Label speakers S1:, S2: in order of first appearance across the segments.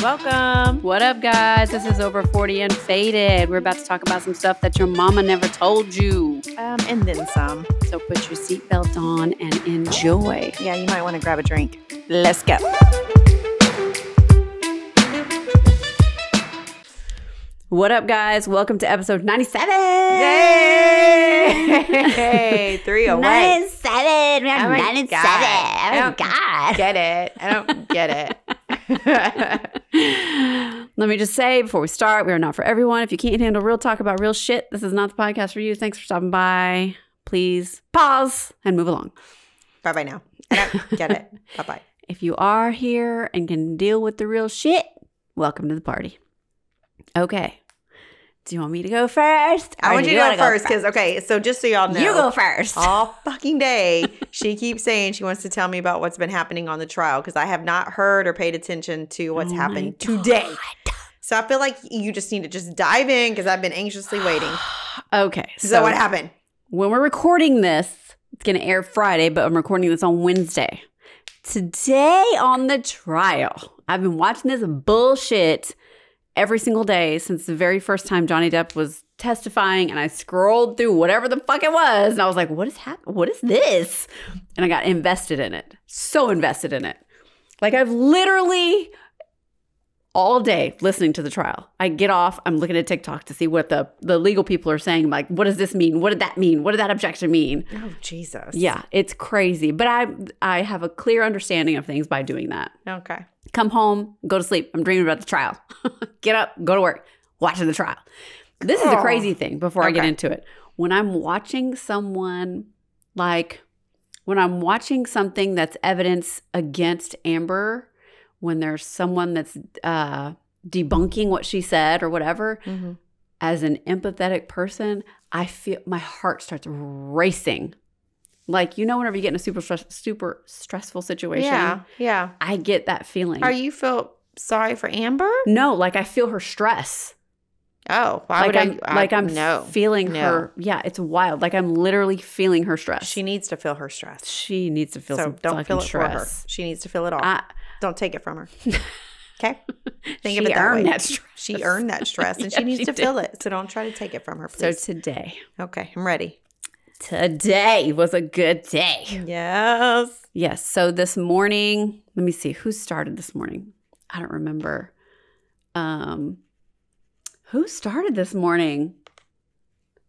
S1: Welcome.
S2: What up, guys? This is Over 40 and Faded. We're about to talk about some stuff that your mama never told you.
S1: Um, and then some.
S2: So put your seatbelt on and enjoy.
S1: Yeah, you might want to grab a drink. Let's go.
S2: What up, guys? Welcome to episode 97.
S1: Yay! Three away.
S2: 97. We
S1: Oh
S2: have
S1: my
S2: 97.
S1: God.
S2: Oh,
S1: Oh. Get it. I don't get it.
S2: God. Let me just say before we start, we are not for everyone. If you can't handle real talk about real shit, this is not the podcast for you. Thanks for stopping by. Please pause and move along.
S1: bye bye now. I don't get it. Bye bye.
S2: If you are here and can deal with the real shit, welcome to the party. Okay. Do you want me to go first?
S1: I
S2: Or
S1: want
S2: do
S1: you to go
S2: wanna
S1: first because, okay, so just so y'all know,
S2: You go first.
S1: all fucking day, she keeps saying she wants to tell me about what's been happening on the trial because I have not heard or paid attention to what's
S2: Oh my
S1: happened
S2: God.
S1: today. So I feel like you just need to just dive in because I've been anxiously waiting.
S2: Okay.
S1: So,
S2: So,
S1: what happened?
S2: when we're recording this, it's going to air Friday, but I'm recording this on Wednesday. Today on the trial, I've been watching this bullshit every single day since the very first time Johnny Depp was testifying and I scrolled through whatever the fuck it was and I was like, what is hap- what is this? And I got invested in it. So invested in it. Like I've literally all day listening to the trial. I get off, I'm looking at TikTok to see what the the legal people are saying. I'm like, what does this mean? What did that mean? What did that objection mean?
S1: Oh, Jesus.
S2: Yeah, it's crazy. But I I have a clear understanding of things by doing that.
S1: Okay.
S2: Come home, go to sleep. I'm dreaming about the trial. get up, go to work, watching the trial. This is the
S1: Oh.
S2: crazy thing before I get
S1: Okay.
S2: into it. When I'm watching someone like when I'm watching something that's evidence against Amber, when there's someone that's uh, debunking what she said or whatever,
S1: Mm-hmm.
S2: as an empathetic person, I feel my heart starts racing. Like you know, whenever you get in a super stress, super stressful situation,
S1: Yeah. Yeah.
S2: I get that feeling.
S1: Are you feel sorry for Amber?
S2: no, like I feel her stress.
S1: Oh, why
S2: like
S1: would
S2: I'm,
S1: I, I-
S2: like I'm
S1: no
S2: feeling
S1: No.
S2: her. Yeah, it's wild. Like I'm literally feeling her stress.
S1: She needs to feel her stress.
S2: she needs to feel
S1: so
S2: some
S1: don't
S2: fucking
S1: feel it
S2: stress.
S1: for her. She needs to feel it all.
S2: I,
S1: don't take it from her. Okay. Think
S2: she
S1: of it that
S2: earned
S1: way.
S2: that stress.
S1: She earned that stress and
S2: Yeah,
S1: she needs
S2: she
S1: to
S2: did.
S1: feel it. So don't try to take it from her,
S2: So
S1: please.
S2: today,
S1: okay, I'm ready.
S2: today was a good day.
S1: Yes.
S2: Yes. So this morning, let me see who started this morning. I don't remember. Um, who started this morning?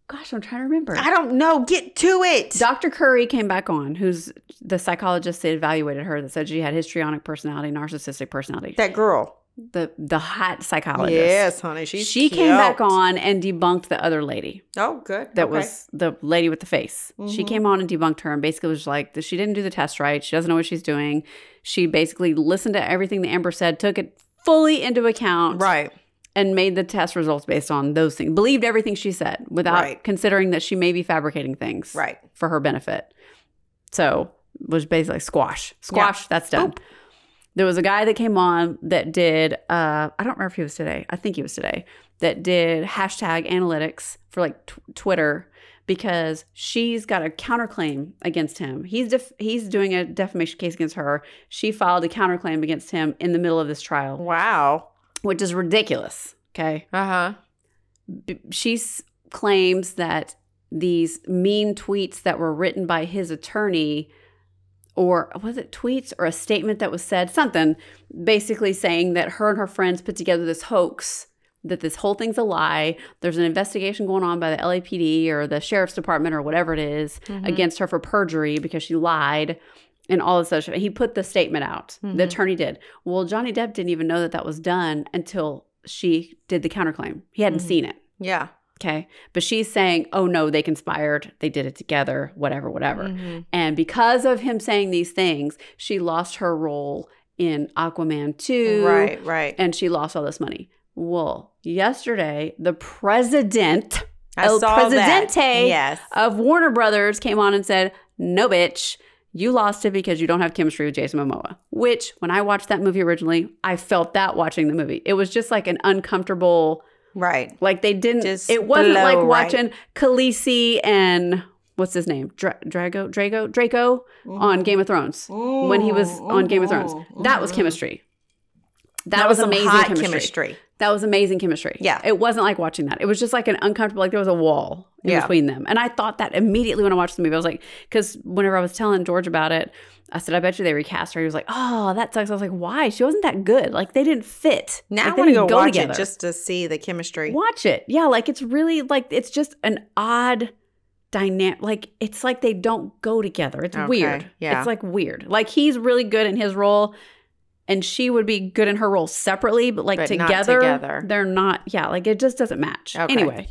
S2: Gosh, I'm trying to remember.
S1: I don't know. Get to it.
S2: Dr. Curry came back on, who's the psychologist that evaluated her that said she had histrionic personality, narcissistic personality.
S1: that girl.
S2: the the hot psychologist.
S1: Yes, honey. She's
S2: she came back
S1: cute.
S2: on and debunked the other lady
S1: Oh, good.
S2: that
S1: Okay.
S2: was the lady with the face. She
S1: Mhm.
S2: came on and debunked her and basically was like, that she didn't do the test right. She doesn't know what she's doing. She basically listened to everything that Amber said, took it fully into account,
S1: right.
S2: and made the test results based on those things. Believed everything she said without
S1: Right.
S2: considering that she may be fabricating things
S1: Right.
S2: for her benefit. So was basically squash. Squash, that's done. There was a guy that came on that did uh I don't remember if he was today. I think he was today. That did hashtag analytics for like tw Twitter because she's got a counterclaim against him. He's def- he's doing a defamation case against her. She filed a counterclaim against him in the middle of this trial,
S1: Wow.
S2: which is ridiculous. Okay
S1: Uh huh.
S2: b- she s- claims that these mean tweets that were written by his attorney or was it tweets or a statement that was said something basically saying that her and her friends put together this hoax that this whole thing's a lie there's an investigation going on by the LAPD or the sheriff's department or whatever it is
S1: Mm-hmm.
S2: against her for perjury because she lied and all this other shit. He put the statement out. The
S1: Mhm.
S2: attorney did. Well, Johnny Depp didn't even know that that was done until she did the counterclaim. He hadn't
S1: Mhm.
S2: seen it.
S1: Yeah.
S2: Okay. But she's saying, oh no, they conspired. They did it together, whatever, whatever.
S1: Mhm.
S2: And because of him saying these things, she lost her role in Aquaman 2.
S1: Right. Right.
S2: And she lost all this money. Well, yesterday, the president
S1: I
S2: El
S1: saw that.
S2: Presidente. uh,
S1: Yes.
S2: of Warner Brothers came on and said, no, bitch, you lost it because you don't have chemistry with Jason Momoa. Which, when I watched that movie originally, I felt that watching the movie. It was just like an uncomfortable.
S1: right.
S2: Like they didn't.
S1: Just
S2: it wasn't
S1: blow,
S2: like
S1: right?
S2: watching Khaleesi and what's his name, Dra- Drago, Drago,
S1: Mm-hmm.
S2: Draco on Game of Thrones when he was on Game of Thrones. That was
S1: Mhm.
S2: chemistry. That, was,
S1: some
S2: amazing
S1: hot
S2: chemistry. That was amazing chemistry.
S1: Yeah.
S2: It wasn't like watching that. It was just like an uncomfortable, like there was a wall in
S1: Yeah.
S2: between them. And I thought that immediately when I watched the movie. I was like, because whenever I was telling George about it, I said, I bet you they recast her. He was like, oh, that sucks. I was like, why? She wasn't that good. Like they didn't fit.
S1: Now
S2: like,
S1: I
S2: they
S1: want to go,
S2: didn't
S1: watch it just to see the chemistry.
S2: Watch it. Yeah, like it's really like it's just an odd dynamic. Like it's like they don't go together. It's
S1: Okay,
S2: weird.
S1: yeah.
S2: It's like weird. Like he's really good in his role and she would be good in her role separately, but like
S1: But not
S2: together,
S1: together.
S2: they're not. Yeah, like it just doesn't match.
S1: Okay.
S2: Anyway.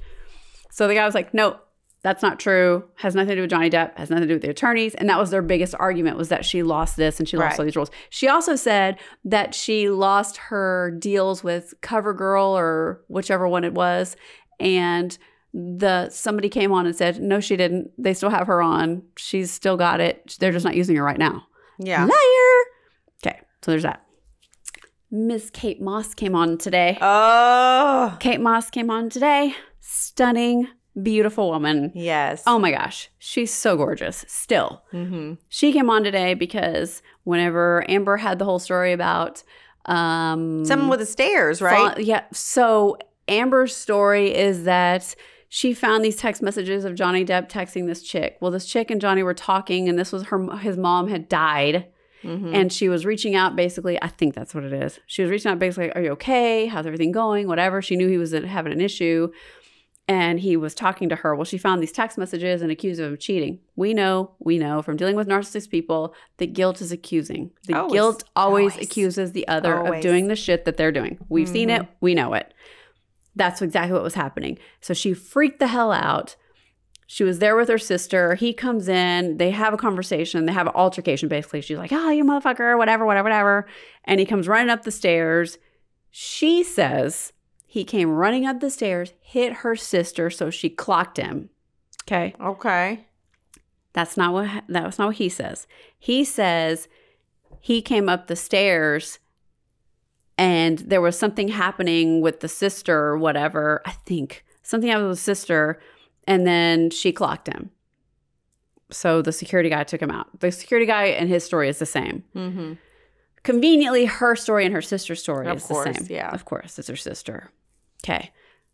S2: So the guy was like, "No, that's not true. Has nothing to do with Johnny Depp. Has nothing to do with the attorneys." And that was their biggest argument was that she lost this and she lost
S1: Right.
S2: all these roles. She also said that she lost her deals with CoverGirl or whichever one it was, and the somebody came on and said, "No, she didn't. They still have her on. She's still got it. They're just not using her right now."
S1: Yeah.
S2: Liar. Okay, so there's that. Miss Kate Moss came on today.
S1: Oh,
S2: Kate Moss came on today. Stunning, beautiful woman.
S1: yes.
S2: Oh my gosh, she's so gorgeous. Still,
S1: hmm
S2: she came on today because whenever Amber had the whole story about um
S1: Someone with the stairs,
S2: fa-
S1: right?
S2: yeah. So Amber's story is that she found these text messages of Johnny Depp texting this chick. Well, this chick and Johnny were talking, and this was her. His mom had died,
S1: Mhm.
S2: and she was reaching out basically i think that's what it is she was reaching out basically are you okay how's everything going whatever she knew he was having an issue and he was talking to her well she found these text messages and accused him of cheating we know we know from dealing with narcissist people that guilt is accusing the
S1: Always.
S2: guilt always,
S1: Oh, Always.
S2: accuses the other
S1: Always.
S2: of doing the shit that they're doing we've seen
S1: Mhm.
S2: it we know it that's exactly what was happening so she freaked the hell out she was there with her sister. He comes in. They have a conversation. They have an altercation, basically. She's like, oh, you motherfucker, whatever, whatever, whatever. And he comes running up the stairs. She says he came running up the stairs, hit her sister, so she clocked him. Okay.
S1: Okay.
S2: That's not what that was not what he says. He says he came up the stairs and there was something happening with the sister or whatever, I think. Something happened with the sister and then she clocked him. So the security guy took him out. The security guy and his story is the same.
S1: Mm-hmm.
S2: Conveniently her story and her sister's story
S1: Of
S2: is the
S1: course,
S2: same.
S1: yeah.
S2: Of course, it's her sister. Okay.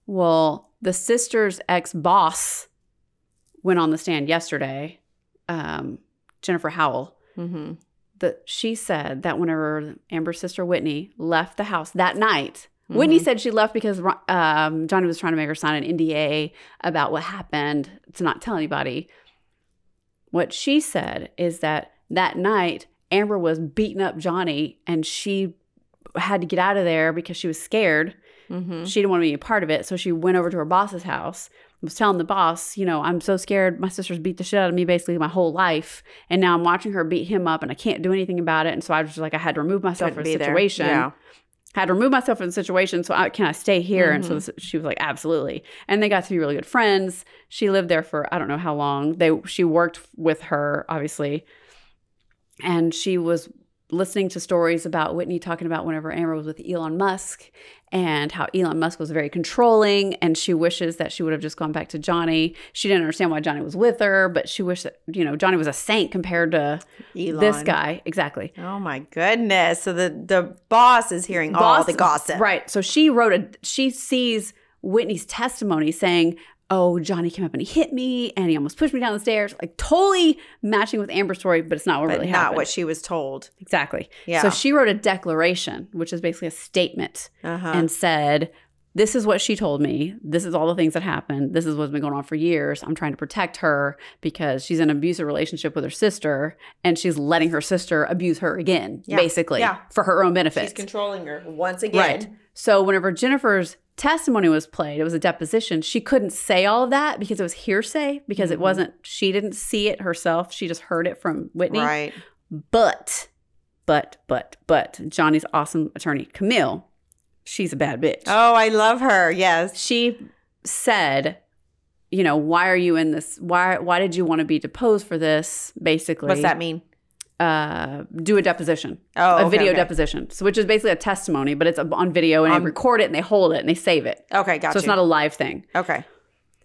S2: Well, the sister's ex boss went on the stand yesterday, um, Jennifer Howell.
S1: Mm-hmm.
S2: That she said that whenever Amber's sister Whitney left the house that night, Whitney
S1: Mm-hmm.
S2: said she left because um, Johnny was trying to make her sign an NDA about what happened to not tell anybody. What she said is that that night, Amber was beating up Johnny and she had to get out of there because she was scared.
S1: Mm-hmm.
S2: She didn't want to be a part of it. So she went over to her boss's house and was telling the boss, you know, I'm so scared. My sister's beat the shit out of me basically my whole life. And now I'm watching her beat him up and I can't do anything about it. And so I was just like, I had to remove myself from the situation.
S1: Yeah.
S2: Had to remove myself from the situation. So I, can I stay here? And so
S1: Mhm.
S2: this, she was like, absolutely. And they got to be really good friends. She lived there for I don't know how long. They she worked with her obviously, and she was listening to stories about Whitney talking about whenever Amber was with Elon Musk and how Elon Musk was very controlling and she wishes that she would have just gone back to Johnny. She didn't understand why Johnny was with her, but she wished that, you know, Johnny was a saint compared to
S1: Elon.
S2: this guy. Exactly.
S1: Oh my goodness. So the, the boss is hearing all
S2: Boss-
S1: the gossip.
S2: Right. So she wrote a she sees Whitney's testimony saying, "Oh, Johnny came up and he hit me and he almost pushed me down the stairs." Like totally matching with Amber's story, but it's not what
S1: But
S2: really
S1: not
S2: happened.
S1: what she was told.
S2: exactly.
S1: Yeah.
S2: So she wrote a declaration, which is basically a statement
S1: uh-huh.
S2: and said, This is what she told me. This is all the things that happened. This is what's been going on for years. I'm trying to protect her because she's in an abusive relationship with her sister and she's letting her sister abuse her again,
S1: Yeah.
S2: basically,
S1: Yeah.
S2: for her own benefit.
S1: She's controlling her once again.
S2: Right. So whenever Jennifer's testimony was played, it was a deposition. She couldn't say all of that because it was hearsay because
S1: Mhm.
S2: it wasn't she didn't see it herself. She just heard it from Whitney.
S1: Right.
S2: But but but but Johnny's awesome attorney Camille, she's a bad bitch.
S1: Oh, I love her. Yes.
S2: She said, you know, why are you in this? Why why did you want to be deposed for this basically?
S1: What's that mean?
S2: Uh do a deposition
S1: Oh,
S2: a
S1: okay,
S2: video
S1: okay.
S2: deposition, so which is basically a testimony, but it's on video and
S1: Um,
S2: they record it and they hold it and they save it.
S1: Okay, gotcha.
S2: so it's not a live thing.
S1: okay.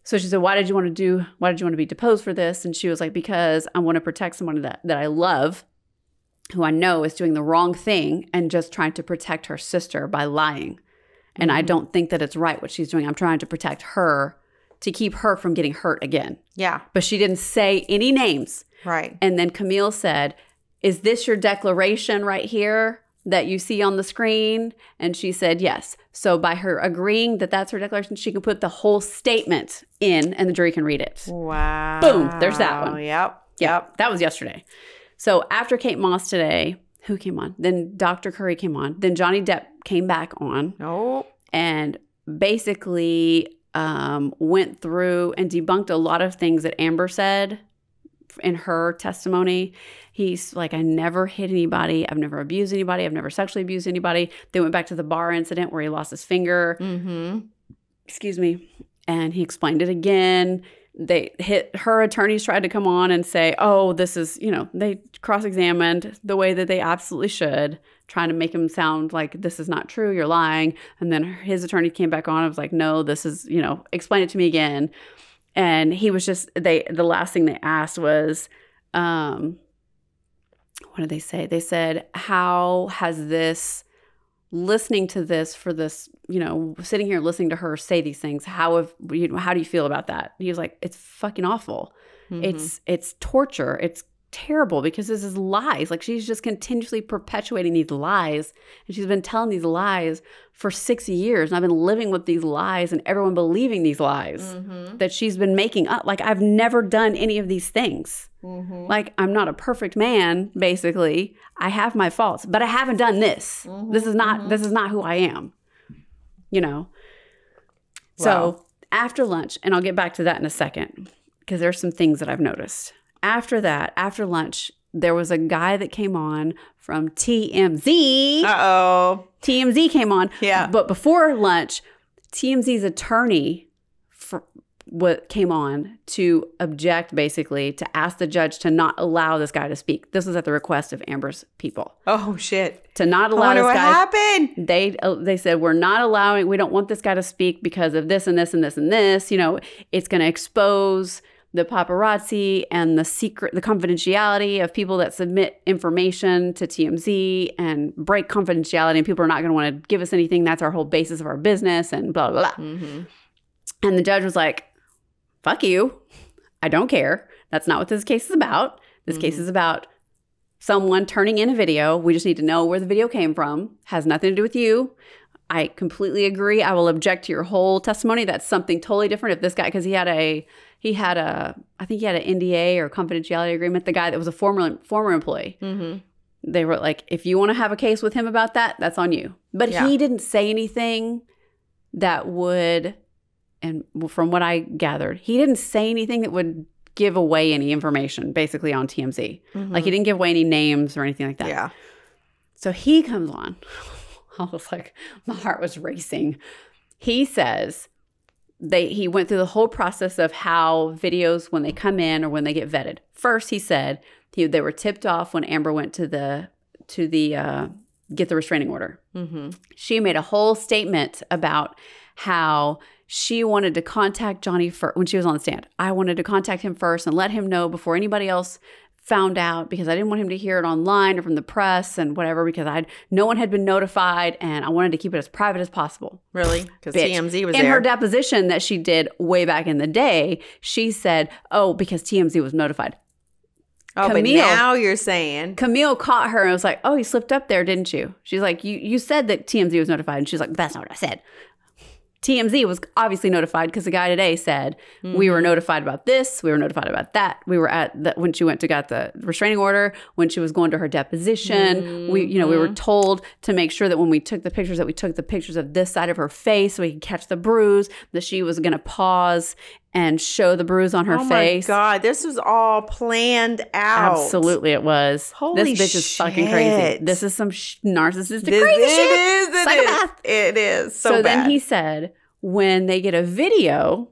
S2: So she said, "Why did you want to do? Why did you want to be deposed for this?" And she was like, "Because I want to protect someone that that I love, who I know is doing the wrong thing and just trying to protect her sister by lying. And I
S1: Mhm.
S2: don't think that it's right what she's doing. I'm trying to protect her to keep her from getting hurt again.
S1: Yeah.
S2: But she didn't say any names.
S1: Right.
S2: And then Camille said, Is this your declaration right here that you see on the screen? And she said, Yes. So by her agreeing that that's her declaration, she can put the whole statement in and the jury can read it.
S1: Wow.
S2: there's that one.
S1: Yep.
S2: Yep. That was yesterday. So after Kate Moss today, who came on? Then Dr. Curry came on. Then Johnny Depp came back on
S1: Nope.
S2: and basically um, went through and debunked a lot of things that Amber said in her testimony. He's like, I never hit anybody. I've never abused anybody. I've never sexually abused anybody. They went back to the bar incident where he lost his finger.
S1: Mm-hmm.
S2: Excuse me. And he explained it again. They hit her attorneys tried to come on and say, oh, this is, you know, they cross examined the way that they absolutely should, trying to make him sound like this is not true, you're lying. And then his attorney came back on and was like, no, this is, you know, explain it to me again. And he was just, they, the last thing they asked was, um, what did they say? They said, how has this, listening to this for this, you know, sitting here listening to her say these things, how have, you know, how do you feel about that? He was like, it's fucking awful
S1: Mm-hmm.
S2: it's it's torture it's terrible because this is lies like she's just continuously perpetuating these lies and she's been telling these lies for six years and i've been living with these lies and everyone believing these lies
S1: Mm-hmm.
S2: that she's been making up like i've never done any of these things
S1: Mm-hmm.
S2: like i'm not a perfect man basically i have my faults but i haven't done this
S1: Mhm,
S2: this is not
S1: mhm.
S2: this is not who i am you know
S1: Wow.
S2: so after lunch and i'll get back to that in a second because there's some things that i've noticed after that after lunch there was a guy that came on from tmz
S1: Uh oh.
S2: tmz came on
S1: Yeah.
S2: but before lunch tmz's attorney for, what came on to object basically to ask the judge to not allow this guy to speak this was at the request of amber's people
S1: Oh shit.
S2: to not
S1: I
S2: allow
S1: wonder
S2: this
S1: what
S2: guy
S1: happened.
S2: they uh, they said we're not allowing we don't want this guy to speak because of this and this and this and this you know it's going to expose the paparazzi and the secret the confidentiality of people that submit information to TMZ and break confidentiality and people are not going to want to give us anything that's our whole basis of our business and blah blah blah
S1: Mm-hmm.
S2: and the judge was like fuck you i don't care that's not what this case is about this case
S1: Mhm.
S2: is about someone turning in a video. We just need to know where the video came from. Has nothing to do with you. I completely agree. I will object to your whole testimony. That's something totally different. If this guy, because he had a, he had a, I think he had an NDA or confidentiality agreement. The guy that was a former former employee.
S1: Mm-hmm.
S2: They were like, if you want to have a case with him about that, that's on you. But
S1: Yeah.
S2: he didn't say anything that would, and from what I gathered, he didn't say anything that would give away any information. Basically on TMZ. Like he didn't give away any names or anything like that.
S1: Mm-hmm. Yeah.
S2: So he comes on. I was like, my heart was racing. He says they he went through the whole process of how videos when they come in or when they get vetted. First, he said he, they were tipped off when Amber went to the to the uh, get the restraining order
S1: Mm-hmm.
S2: she made a whole statement about how she wanted to contact Johnny first when she was on the stand. I wanted to contact him first and let him know before anybody else found out because I didn't want him to hear it online or from the press and whatever because I'd no one had been notified and I wanted to keep it as private as possible
S1: Really? Because
S2: Bitch.
S1: TMZ was
S2: in
S1: there.
S2: her deposition that she did way back in the day, she said, "Oh, because TMZ was notified."
S1: oh, but
S2: Camille.
S1: now you're saying.
S2: Camille caught her and was like, "Oh, you slipped up there, didn't you?" She's like, "You you said that TMZ was notified," and she's like, "That's not what I said." TMZ was obviously notified because the guy today said we
S1: Mm-hmm.
S2: were notified about this, we were notified about that. We were at the, when she went to got the restraining order, when she was going to her deposition. We you know we
S1: Mm-hmm.
S2: were told to make sure that when we took the pictures that we took the pictures of this side of her face so we could catch the bruise. That she was going to pause and show the bruise on her
S1: oh
S2: face.
S1: my god, this was all planned out.
S2: Absolutely, it was.
S1: Holy
S2: this bitch is fucking crazy.
S1: shit.
S2: This is some sh- narcissistic
S1: This,
S2: crazy
S1: it
S2: shit.
S1: is, it
S2: Psychopath.
S1: is. It is. So, bad.
S2: then he said, when they get a video,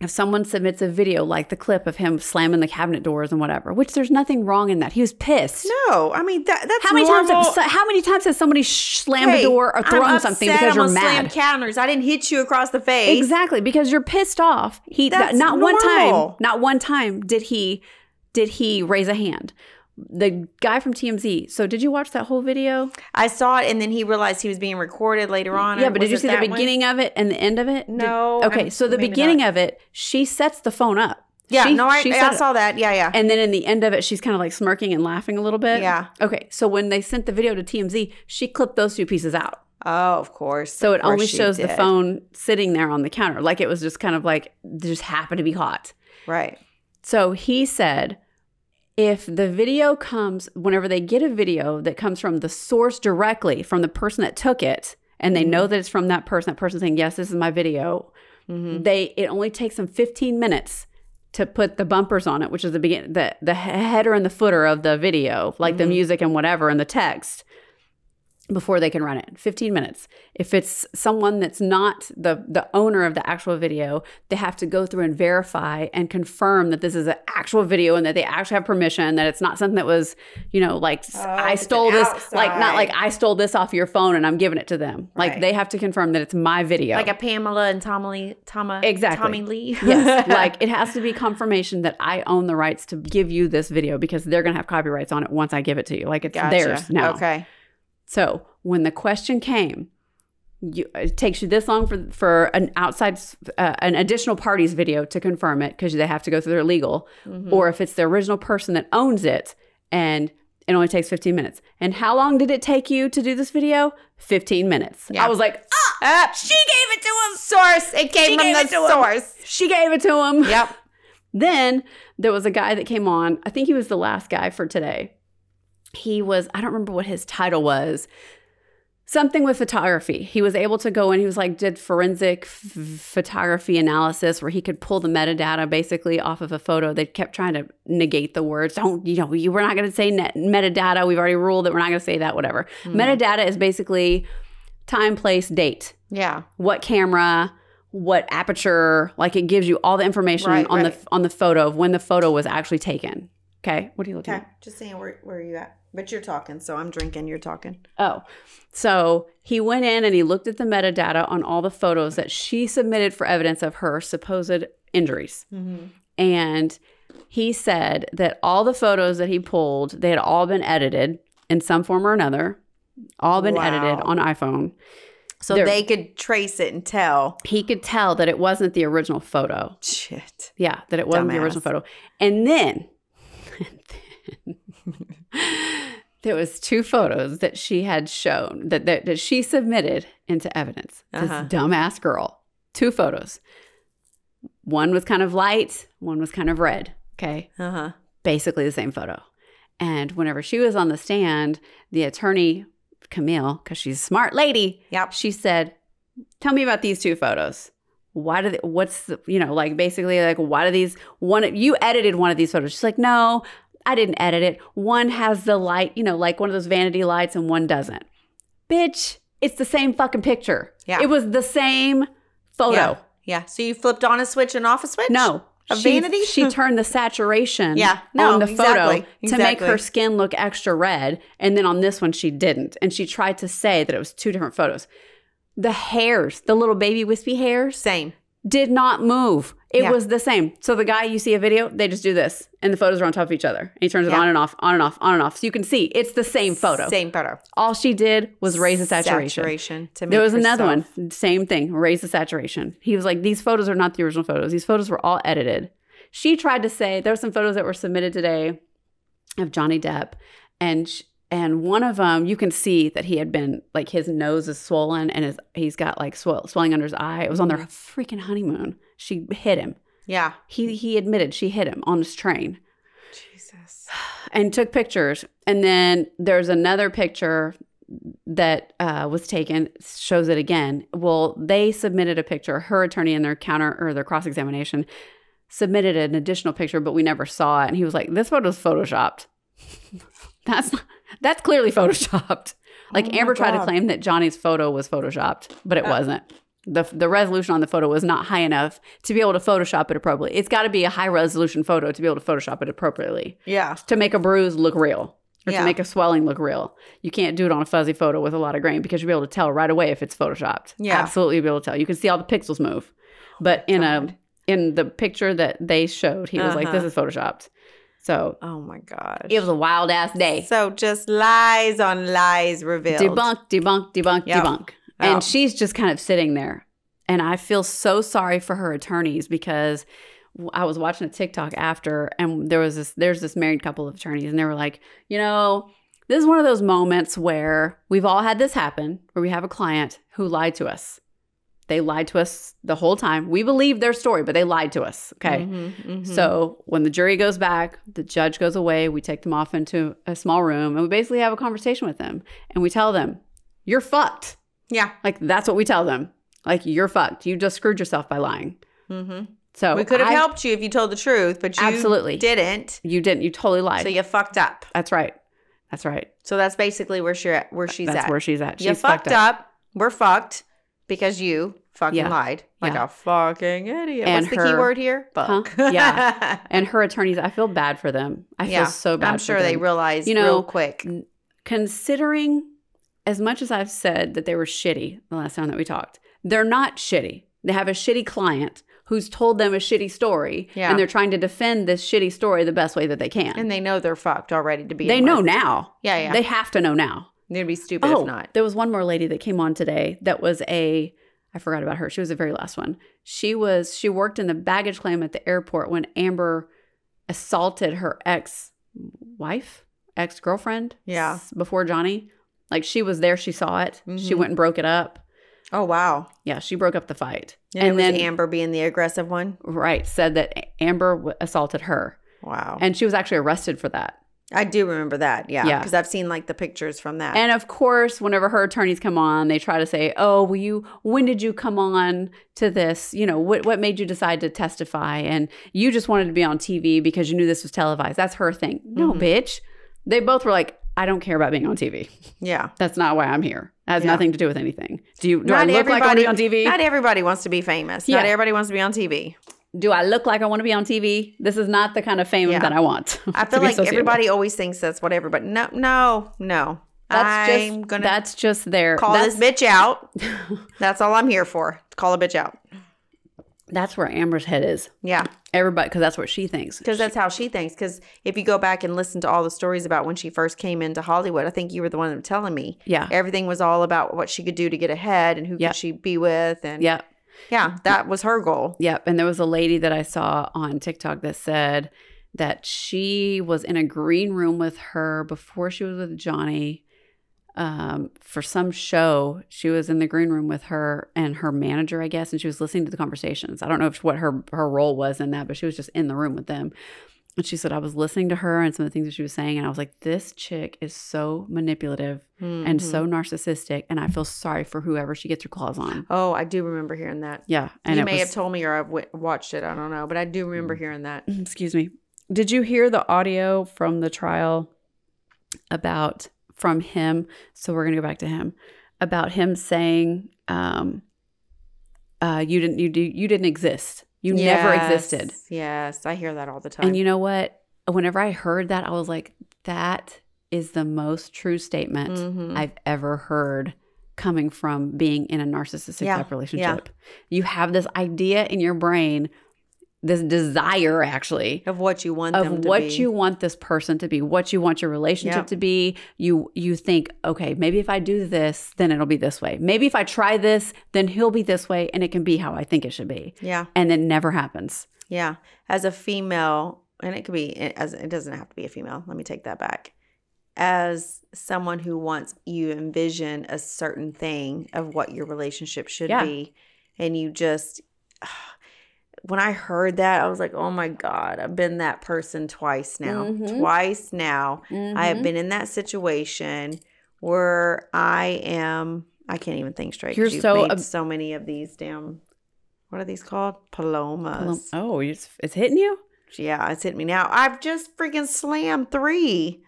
S2: if someone submits a video like the clip of him slamming the cabinet doors and whatever, which there's nothing wrong in that. He was pissed.
S1: No, I mean that, that's
S2: how many
S1: normal.
S2: times? Have, so- how many times has somebody sh- slammed
S1: Hey,
S2: a door or
S1: I'm
S2: thrown something
S1: upset,
S2: because
S1: I'm
S2: you're
S1: gonna slam
S2: mad?
S1: counters. I didn't hit you across the face.
S2: Exactly, because you're pissed off. He
S1: That's
S2: not one time,
S1: normal.
S2: not one time did he did he raise a hand. the guy from TMZ. So did you watch that whole video?
S1: I saw it and then he realized he was being recorded later on.
S2: yeah,
S1: or
S2: but did you
S1: was it
S2: see the
S1: that one?
S2: beginning of it and the end of it? Did-
S1: No,
S2: okay,
S1: I'm-
S2: so the
S1: maybe
S2: beginning
S1: not.
S2: of it, she sets the phone up.
S1: Yeah,
S2: She-
S1: no, I,
S2: she
S1: I
S2: set-
S1: saw that. Yeah, yeah.
S2: And then in the end of it, she's kind of like smirking and laughing a little bit.
S1: Yeah.
S2: Okay. So when they sent the video to TMZ, she clipped those two pieces out.
S1: Oh, of course.
S2: So it
S1: Of course
S2: only
S1: she
S2: shows the
S1: did.
S2: phone sitting there on the counter. Like it was just kind of like, just happened to be hot.
S1: Right.
S2: So he said, if the video comes, whenever they get a video that comes from the source directly from the person that took it, and they know that it's from that person, that person saying, yes, this is my video,
S1: Mm-hmm.
S2: they it only takes them 15 minutes to put the bumpers on it which is the begin the the he- header and the footer of the video like the
S1: Mhm.
S2: music and whatever and the text before they can run it 15 minutes if it's someone that's not the the owner of the actual video they have to go through and verify and confirm that this is an actual video and that they actually have permission that it's not something that was you know like s-
S1: Oh,
S2: i
S1: it's an
S2: stole this like
S1: outside.
S2: not like i stole this off your phone and i'm giving it to them like
S1: Right.
S2: they have to confirm that it's my video
S1: Like a Pamela and Tommy Lee, Tama,
S2: Exactly.
S1: Tommy Lee.
S2: Yes, like it has to be confirmation that I own the rights to give you this video because they're going to have copyrights on it once I give it to you. Like it's
S1: Gotcha.
S2: theirs now.
S1: Okay.
S2: So when the question came, you, it takes you this long for for an outside s- uh, an additional party's video to confirm it because they have to go through their legal,
S1: Mhm.
S2: or if it's the original person that owns it and it only takes 15 minutes. And how long did it take you to do this video? 15 minutes.
S1: Yeah.
S2: I was like, ah,
S1: Ah, she gave it to him. Source. It came
S2: She
S1: from
S2: gave
S1: the
S2: it to him.
S1: source.
S2: she gave it to him.
S1: Yep.
S2: Then there was a guy that came on. I think he was the last guy for today. He was, I don't remember what his title was, something with photography. He was able to go in, he was like, did forensic f- photography analysis where he could pull the metadata basically off of a photo. They kept trying to negate the words. Don't, you know, you, we're not going to say net, metadata. We've already ruled that we're not going to say that, whatever. Metadata is basically time, place, date
S1: Yeah.
S2: what camera, what aperture, like it gives you all the information
S1: Right,
S2: on
S1: right.
S2: the on the photo of when the photo was actually taken. Okay, what are you looking
S1: Okay. Just saying, where, where are you at? But you're talking, so I'm drinking. You're talking.
S2: at? Oh, so he went in and he looked at the metadata on all the photos that she submitted for evidence of her supposed injuries.
S1: Mm-hmm.
S2: and he said that all the photos that he pulled they had all been edited in some form or another all been
S1: Wow.
S2: edited on iphone
S1: So
S2: There-
S1: they could trace it and tell.
S2: he could tell that it wasn't the original photo
S1: Shit.
S2: Yeah, that it wasn't the original
S1: Dumbass.
S2: photo. And then, there was two photos that she had shown that that, that she submitted into evidence.
S1: Uh-huh.
S2: This dumbass girl. Two photos. One was kind of light, one was kind of red. Okay.
S1: Uh huh.
S2: Basically the same photo. And whenever she was on the stand, the attorney, Camille, because she's a smart lady,
S1: Yep.
S2: she said, "Tell me about these two photos. Why do they, what's the, you know like basically like why do these one of- you edited one of these photos?" She's like, "No, I didn't edit it. One has the light, you know, like one of those vanity lights, and one doesn't." Bitch, it's the same fucking picture.
S1: Yeah.
S2: it was the same photo.
S1: Yeah. Oh, Yeah. So you flipped on a switch and off a switch?
S2: No.
S1: A
S2: she,
S1: vanity? Hmm.
S2: She turned the saturation
S1: Yeah. No,
S2: on the photo
S1: exactly.
S2: to make her
S1: Exactly.
S2: skin look extra red. And then on this one, she didn't. And she tried to say that it was two different photos. The hairs, the little baby wispy hairs,
S1: Same.
S2: did not move. It
S1: Yeah.
S2: was the same. So the guy, you see a video, they just do this. And the photos are on top of each other. And he turns it
S1: Yeah.
S2: on and off, on and off, on and off. So you can see it's the same photo.
S1: Same photo.
S2: All she did was raise the saturation.
S1: Saturation to make
S2: There was another
S1: herself-
S2: one, same thing, raise the saturation. He was like, these photos are not the original photos. These photos were all edited. She tried to say there were some photos that were submitted today of Johnny Depp, and sh- and one of them you can see that he had been like his nose is swollen and his, he's got like swell, swelling under his eye. It was on their freaking honeymoon. She hit him.
S1: Yeah.
S2: He he admitted she hit him on his train
S1: Jesus.
S2: and took pictures. And then there's another picture that uh, was taken shows it again. Well, they submitted a picture. Her attorney and their counter or their cross examination submitted an additional picture, but we never saw it. And he was like, "This photo's photoshopped. that's that's clearly photoshopped." Like
S1: Oh my
S2: Amber tried to
S1: God.
S2: claim that Johnny's photo was photoshopped, but it
S1: Uh.
S2: wasn't. The, the resolution on the photo was not high enough to be able to Photoshop it appropriately. It's got to be a high resolution photo to be able to Photoshop it appropriately
S1: Yeah.
S2: to make a bruise look real or
S1: Yeah.
S2: to make a swelling look real. You can't do it on a fuzzy photo with a lot of grain because you'll be able to tell right away if it's photoshopped.
S1: Yeah.
S2: Absolutely you'll be able to tell. You can see all the pixels move. But in a in the picture that they showed, he was like,
S1: Uh-huh.
S2: This is photoshopped. So
S1: Oh my gosh.
S2: it was a wild ass day.
S1: So just lies on lies revealed.
S2: Debunk, debunk, debunk,
S1: Yep.
S2: debunk.
S1: Yep.
S2: And she's just kind of sitting there. And I feel so sorry for her attorneys because w- I was watching a TikTok after and there was this there's this married couple of attorneys and they were like, you know, this is one of those moments where we've all had this happen where we have a client who lied to us. They lied to us the whole time. We believed their story, but they lied to us. Okay.
S1: Mhm, mhm.
S2: So when the jury goes back, the judge goes away, we take them off into a small room and we basically have a conversation with them and we tell them, You're fucked.
S1: yeah.
S2: Like that's what we tell them. Like you're fucked. You just screwed yourself by lying.
S1: hmm
S2: So
S1: we could have
S2: I-
S1: helped you if you told the truth, but you
S2: Absolutely.
S1: didn't.
S2: You didn't. You totally lied.
S1: So you fucked up.
S2: that's right. That's right.
S1: So that's basically where she where she's
S2: that's
S1: at.
S2: where she's at. She's
S1: you fucked, up. We're fucked because you fucking
S2: Yeah.
S1: lied like
S2: Yeah.
S1: a fucking idiot.
S2: And
S1: What's the key
S2: her-
S1: word here?
S2: Huh?
S1: Fuck.
S2: Yeah. And her attorneys, I feel bad for them. I
S1: Yeah.
S2: feel so bad.
S1: I'm
S2: for
S1: sure they
S2: them.
S1: realize
S2: You know,
S1: real quick.
S2: considering as much as I've said that they were shitty the last time that we talked, they're not shitty. They have a shitty client who's told them a shitty story
S1: Yeah.
S2: and they're trying to defend this shitty story the best way that they can.
S1: And they know they're fucked already to be
S2: they know Oh. now.
S1: Yeah, yeah.
S2: They have to know now.
S1: They'd be stupid if not.
S2: there was one more lady that came on today that was a I forgot about her. She was the very last one. She was she worked in the baggage claim at the airport when Amber assaulted her ex wife, ex girlfriend.
S1: Yeah.
S2: before Johnny, like she was there. She saw it. She
S1: Mhm.
S2: went and broke it up.
S1: Oh wow.
S2: Yeah, she broke up the fight.
S1: And, it was Amber being the aggressive one.
S2: right said that Amber w- assaulted her,
S1: Wow.
S2: and she was actually arrested for that.
S1: I do remember that. Yeah.
S2: Yeah.
S1: Because I've seen like the pictures from that.
S2: And of course, whenever her attorneys come on, they try to say, "Oh, well, you when did you come on to this? You know, what what made you decide to testify? And you just wanted to be on TV because you knew this was televised." That's her thing. No,
S1: Mhm.
S2: bitch. They both were like, "I don't care about being on TV.
S1: yeah.
S2: That's not why I'm here. That has
S1: Yeah.
S2: nothing to do with anything. Do you do I look like I want to be on TV?
S1: Not everybody wants to be famous. Not
S2: Yeah.
S1: everybody wants to be on TV.
S2: do I look like I want to be on TV? This is not the kind of fame
S1: Yeah.
S2: that I want.
S1: I
S2: to
S1: feel
S2: be
S1: like
S2: associated with.
S1: everybody always thinks that's what everybody. No, no, no.
S2: That's just
S1: I'm gonna
S2: that's just their
S1: call
S2: that's,
S1: this bitch out. that's all I'm here for. to Call a bitch out.
S2: that's where Amber's head is.
S1: Yeah,
S2: Everybody, because that's what she thinks.
S1: because that's how she thinks. Because if you go back and listen to all the stories about when she first came into Hollywood, I think you were the one telling me
S2: Yeah.
S1: everything was all about what she could do to get ahead and who
S2: Yeah.
S1: could she be with, and
S2: Yep.
S1: yeah, that was her goal.
S2: Yep. And there was a lady that I saw on TikTok that said that she was in a green room with her before she was with Johnny um, for some show. She was in the green room with her and her manager, I guess, and she was listening to the conversations. I don't know if what her her role was in that, but she was just in the room with them. And she said, I was listening to her and some of the things that she was saying, and I was like, this chick is so manipulative and
S1: Mhm.
S2: so narcissistic, and I feel sorry for whoever she gets her claws on.
S1: oh, I do remember hearing that.
S2: Yeah, and
S1: you
S2: it
S1: may
S2: was- Mm.
S1: have told me or I've w- watched it. I don't know, but I do remember hearing that.
S2: excuse me did you hear the audio from the trial about from him so we're going to go back to him about him saying um uh you didn't you do you didn't exist you never
S1: Yes,
S2: existed
S1: Yes, I hear that all the time.
S2: and you know what whenever i heard that i was like that is the most true statement
S1: Mhm.
S2: i've ever heard coming from being in a narcissistic
S1: Yeah,
S2: type relationship you have this idea in your brain this desire actually
S1: of what you want them
S2: of
S1: to
S2: what
S1: be.
S2: you want this person to be, what you want your relationship
S1: Yep.
S2: to be. You you think, okay, maybe if I do this, then it'll be this way. Maybe if I try this, then he'll be this way and it can be how I think it should be.
S1: Yeah,
S2: And it never happens.
S1: yeah. As a female, and it could be it- as it doesn't have to be a female. Let me take that back. As someone who wants you envision a certain thing of what your relationship should
S2: Yeah.
S1: be, and you just. When I heard that, I was like, "Oh my god, I've been that person twice now.
S2: Mhm.
S1: Twice now. I
S2: Mm-hmm.
S1: have been in that situation where I am. I can't even think straight. 'cause
S2: You're so
S1: made
S2: ob-
S1: so many of these damn. What are these called? Palomas.
S2: Well, Oh, it's, it's hitting you?
S1: Yeah, it's hit me now. I've just freaking slammed three,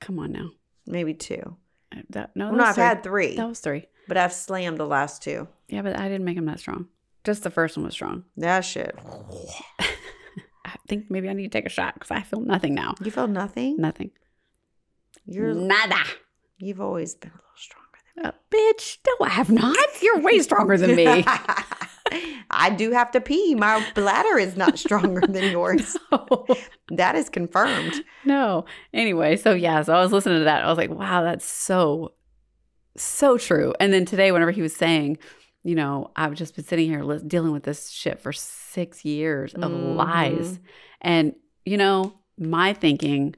S2: Come on now.
S1: maybe two.
S2: Uh, That, no,
S1: Well,
S2: that
S1: no,
S2: was
S1: I've
S2: three.
S1: had three,
S2: That was three.
S1: but I've slammed the last two.
S2: Yeah, but I didn't make him that strong. Just the first one was strong.
S1: That shit.
S2: I think maybe I need to take a shot because I feel nothing now.
S1: You felt nothing.
S2: Nothing.
S1: You're
S2: Nada.
S1: you've always been a little stronger
S2: Uh, bitch, no, I have not. You're way stronger
S1: than
S2: than
S1: me.
S2: me.
S1: I do have to pee. My bladder is not stronger than yours. That is confirmed.
S2: no. Anyway, so yeah, so I was listening to that. I was like, wow, that's so, so true. And then today, whenever he was saying, you know, I've just been sitting here li- dealing with this shit for six years of lies. And, you know, my thinking,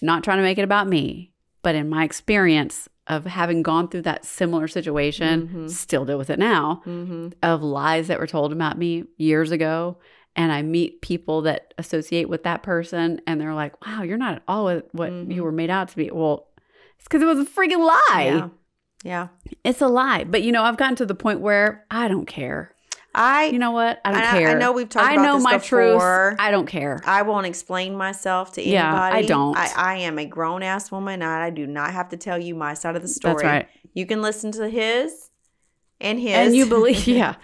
S2: not trying to make it about me, but in my experience of having gone through that similar situation,
S1: Mhm.
S2: still deal with it now
S1: Mm-hmm.
S2: of lies that were told about me years ago and i meet people that associate with that person and they're like wow you're not at all what, what
S1: Mhm.
S2: you were made out to be well it's because it was a freaking lie
S1: Yeah. yeah.
S2: it's a lie but you know i've gotten to the point where i don't care
S1: I,
S2: you know what i don't
S1: and I-
S2: care
S1: I know we've talked
S2: I
S1: about
S2: know
S1: this
S2: my
S1: before.
S2: truth i don't care
S1: I won't explain myself to anybody.
S2: Yeah, I don't.
S1: I, I am a grown ass woman. And I do not have to tell you my side of the story.
S2: that's right
S1: You can listen to his and his.
S2: and you believe yeah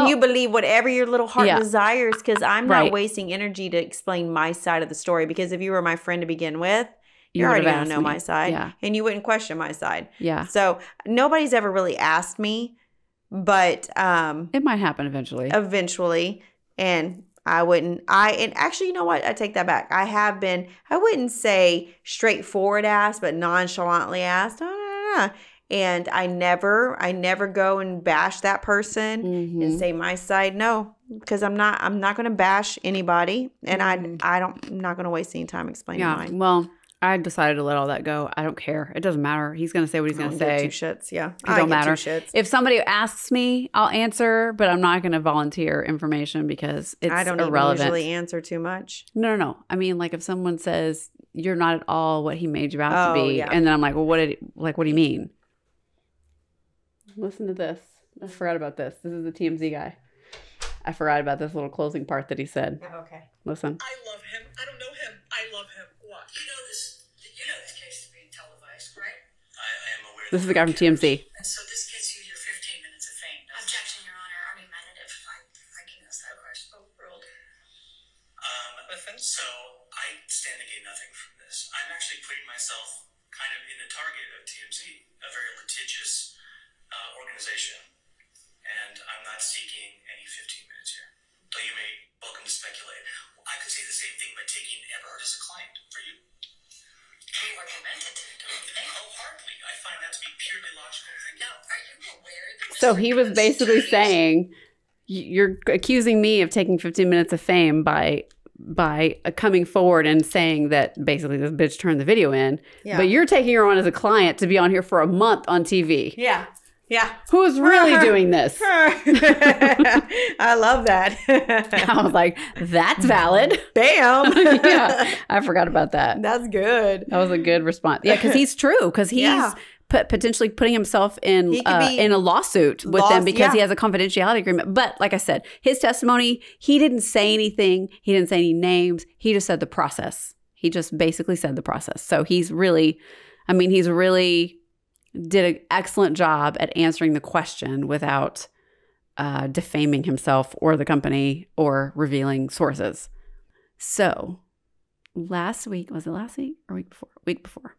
S1: and you believe whatever your little heart
S2: Yeah.
S1: desires because I'm
S2: Right.
S1: not wasting energy to explain my side of the story. Because if you were my friend to begin with,
S2: You
S1: you're already
S2: would've
S1: going
S2: asked
S1: to know
S2: me.
S1: my side
S2: yeah
S1: and you wouldn't question my side.
S2: yeah
S1: So nobody's ever really asked me, but um,
S2: it might happen eventually
S1: eventually and i wouldn't i and actually you know what i take that back i have been i wouldn't say straightforward ass but nonchalantly asked "Oh, no, no, no." and i never i never go and bash that person
S2: Mhm.
S1: and say my side no because i'm not i'm not going to bash anybody and
S2: Mhm.
S1: i i don't i'm not going to waste any time explaining
S2: yeah
S1: mine
S2: well i decided to let all that go i don't care it doesn't matter he's gonna say what he's
S1: I
S2: gonna
S1: only give
S2: say
S1: two shits yeah it
S2: don't matter.
S1: two shits.
S2: If somebody asks me, I'll answer, but I'm not going to volunteer information because it's
S1: i don't even
S2: irrelevant.
S1: usually answer too much
S2: no, no, no. I mean, like if someone says you're not at all what he made you out to
S1: Oh,
S2: be,
S1: yeah.
S2: and then I'm like, well, what did like what do you mean? Listen to this. I forgot about this. This is the TMZ guy. I forgot about this little closing part that he said.
S1: okay
S2: Listen.
S3: I love him. I don't know him. I love him. Watch.
S4: You know this. You know this case is being televised, right?
S5: I, I am aware.
S2: This is
S5: that-
S2: the guy from TMZ.
S4: And so this gets you your 15 minutes of fame. Objection, Your Honor. I'm amended. I, I can ask that question. Overruled.
S5: Um, so I stand to gain nothing from this. I'm actually putting myself kind of in the target of TMZ, a very litigious uh, organization, and I'm not seeking any 15 minutes here. Though you may welcome to speculate. I could say the same thing by taking Everhart as a client for you.
S4: You are amended, don't you think?
S5: Oh, hardly. I find that to be purely logical thinking.
S4: Now, are you aware that
S2: So he was basically saying, "Y- "You're accusing me of taking 15 minutes of fame by by uh, coming forward and saying that basically this bitch turned the video in,
S1: yeah
S2: but you're taking her on as a client to be on here for a month on TV.
S1: yeah yeah
S2: Who's really doing this?"
S1: I love that.
S2: I was like, "That's valid."
S1: Bam.
S2: yeah, Oh, I forgot about that.
S1: That's good.
S2: That was a good response. Yeah, because he's true. Because he's
S1: Yeah.
S2: pot- potentially putting himself in
S1: He could
S2: uh,
S1: be
S2: in a lawsuit with them
S1: lost-
S2: because he
S1: yeah.
S2: has a confidentiality agreement. But like I said, his testimony, he didn't say anything. He didn't say any names. He just said the process. He just basically said the process. So he's really, I mean, he's really did an excellent job at answering the question without uh, defaming himself or the company or revealing sources. So last week was it last week or week before? Week before.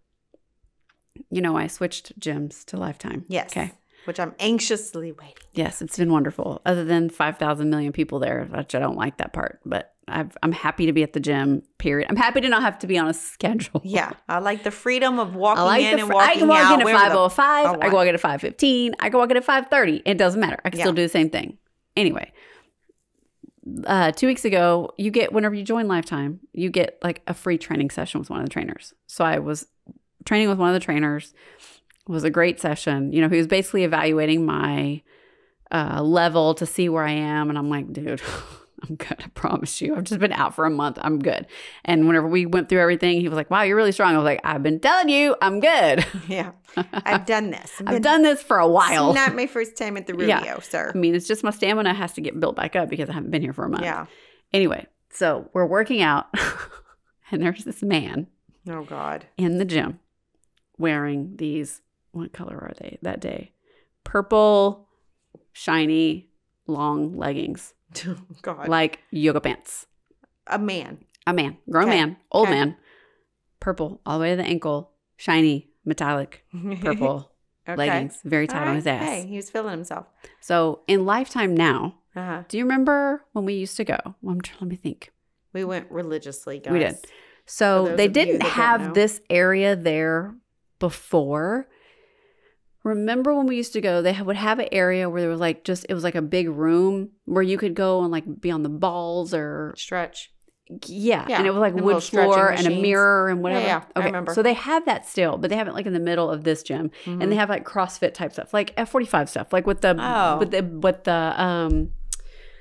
S2: You know, I switched gyms to Lifetime.
S1: Yes.
S2: Okay.
S1: Which I'm anxiously waiting.
S2: Yes, it's been wonderful. Other than five thousand million people there, which I don't like that part, but I've, I'm happy to be at the gym. Period. I'm happy to not have to be on a schedule.
S1: Yeah. I like the freedom of walking
S2: I like
S1: in
S2: the
S1: and
S2: fr-
S1: walking
S2: I can walk
S1: out.
S2: in at
S1: Where the-
S2: five oh five.
S1: I
S2: I can walk in at five fifteen. I can walk in at five thirty. It doesn't matter. I can still
S1: Yeah.
S2: do the same thing. Anyway, uh, two weeks ago, you get whenever you join Lifetime, you get like a free training session with one of the trainers. So I was training with one of the trainers. It was a great session. You know, he was basically evaluating my uh, level to see where I am, and I'm like, dude. I'm good. I promise you. I've just been out for a month. I'm good. And whenever we went through everything, he was like, "Wow, you're really strong." I was like, "I've been telling you, I'm good."
S1: yeah. I've done this. I've
S2: I've done this for a while.
S1: It's not my first time at the rodeo,
S2: Yeah.
S1: sir.
S2: I mean, it's just my stamina has to get built back up because I haven't been here for a month.
S1: Yeah.
S2: Anyway, so we're working out, and there's this man
S1: Oh God.
S2: in the gym wearing these. What color are they that day? Purple, shiny, long leggings,
S1: Oh, God.
S2: like yoga pants.
S1: a man.
S2: A man, grown
S1: Okay.
S2: man, old
S1: Okay.
S2: man, purple all the way to the ankle, shiny, metallic, purple
S1: Okay.
S2: leggings, very
S1: All
S2: tight on
S1: right.
S2: his ass.
S1: Hey, he was feeling himself.
S2: So in Lifetime now,
S1: Uh-huh.
S2: Do you remember when we used to go? Well, I'm trying, let me think.
S1: We went religiously, guys.
S2: We did. So
S1: those
S2: they
S1: of you
S2: didn't
S1: that don't know.
S2: have this area there before. Remember when we used to go, they ha- would have an area where there was like just, it was like a big room where you could go and like be on the balls or,
S1: Stretch.
S2: yeah.
S1: Yeah,
S2: And it was like
S1: and little
S2: wood
S1: stretching
S2: floor and a
S1: machines.
S2: mirror and
S1: Yeah,
S2: whatever.
S1: yeah, I
S2: okay.
S1: remember.
S2: So they have that still, but they have it like in the middle of this gym
S1: Mm-hmm.
S2: and they have like CrossFit type stuff, like F45 stuff, like with the,
S1: Oh.
S2: with the, with the, um,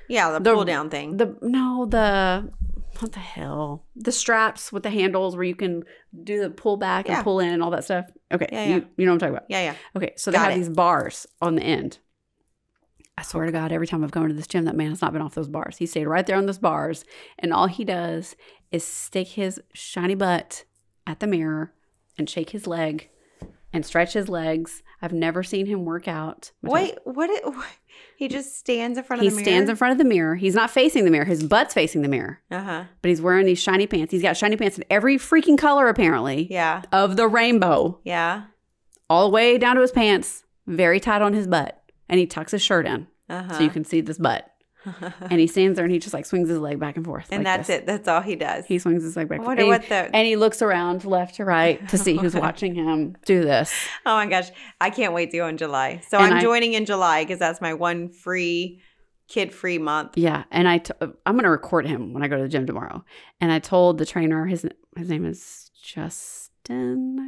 S1: yeah, the,
S2: the-
S1: pull down thing.
S2: the no the what the hell the straps with the handles where you can do the pull back
S1: Yeah.
S2: and pull in and all that stuff okay
S1: Yeah, yeah.
S2: You, you know what i'm talking about
S1: yeah, yeah.
S2: okay so
S1: Got
S2: they have
S1: it.
S2: these bars on the end i swear to god every time i've gone to this gym that man has not been off those bars he stayed right there on those bars and all he does is stick his shiny butt at the mirror and shake his leg and stretch his legs i've never seen him work out My toes-
S1: Wait, what, it, what? He just stands in front
S2: he
S1: of the mirror.
S2: stands in front of the mirror he's not facing the mirror his butt's facing the mirror
S1: Uh huh.
S2: but he's wearing these shiny pants. He's got shiny pants in every freaking color, apparently,
S1: Yeah.
S2: of the rainbow,
S1: Yeah.
S2: all the way down to his pants, very tight on his butt. And he tucks his shirt in
S1: Uh huh.
S2: so you can see this butt. And he stands there and he just like swings his leg back and forth.
S1: and
S2: like
S1: that's
S2: this.
S1: it. That's all he does.
S2: He swings his leg back
S1: I
S2: and
S1: wonder
S2: forth.
S1: what the.
S2: And he looks around left to right to see who's watching him do this.
S1: oh my gosh, I can't wait to go in July. So
S2: And
S1: I'm
S2: I-
S1: joining in July because that's my one free, kid-free month.
S2: Yeah, and I t- I'm going to record him when I go to the gym tomorrow. And I told the trainer his his name is Justin. I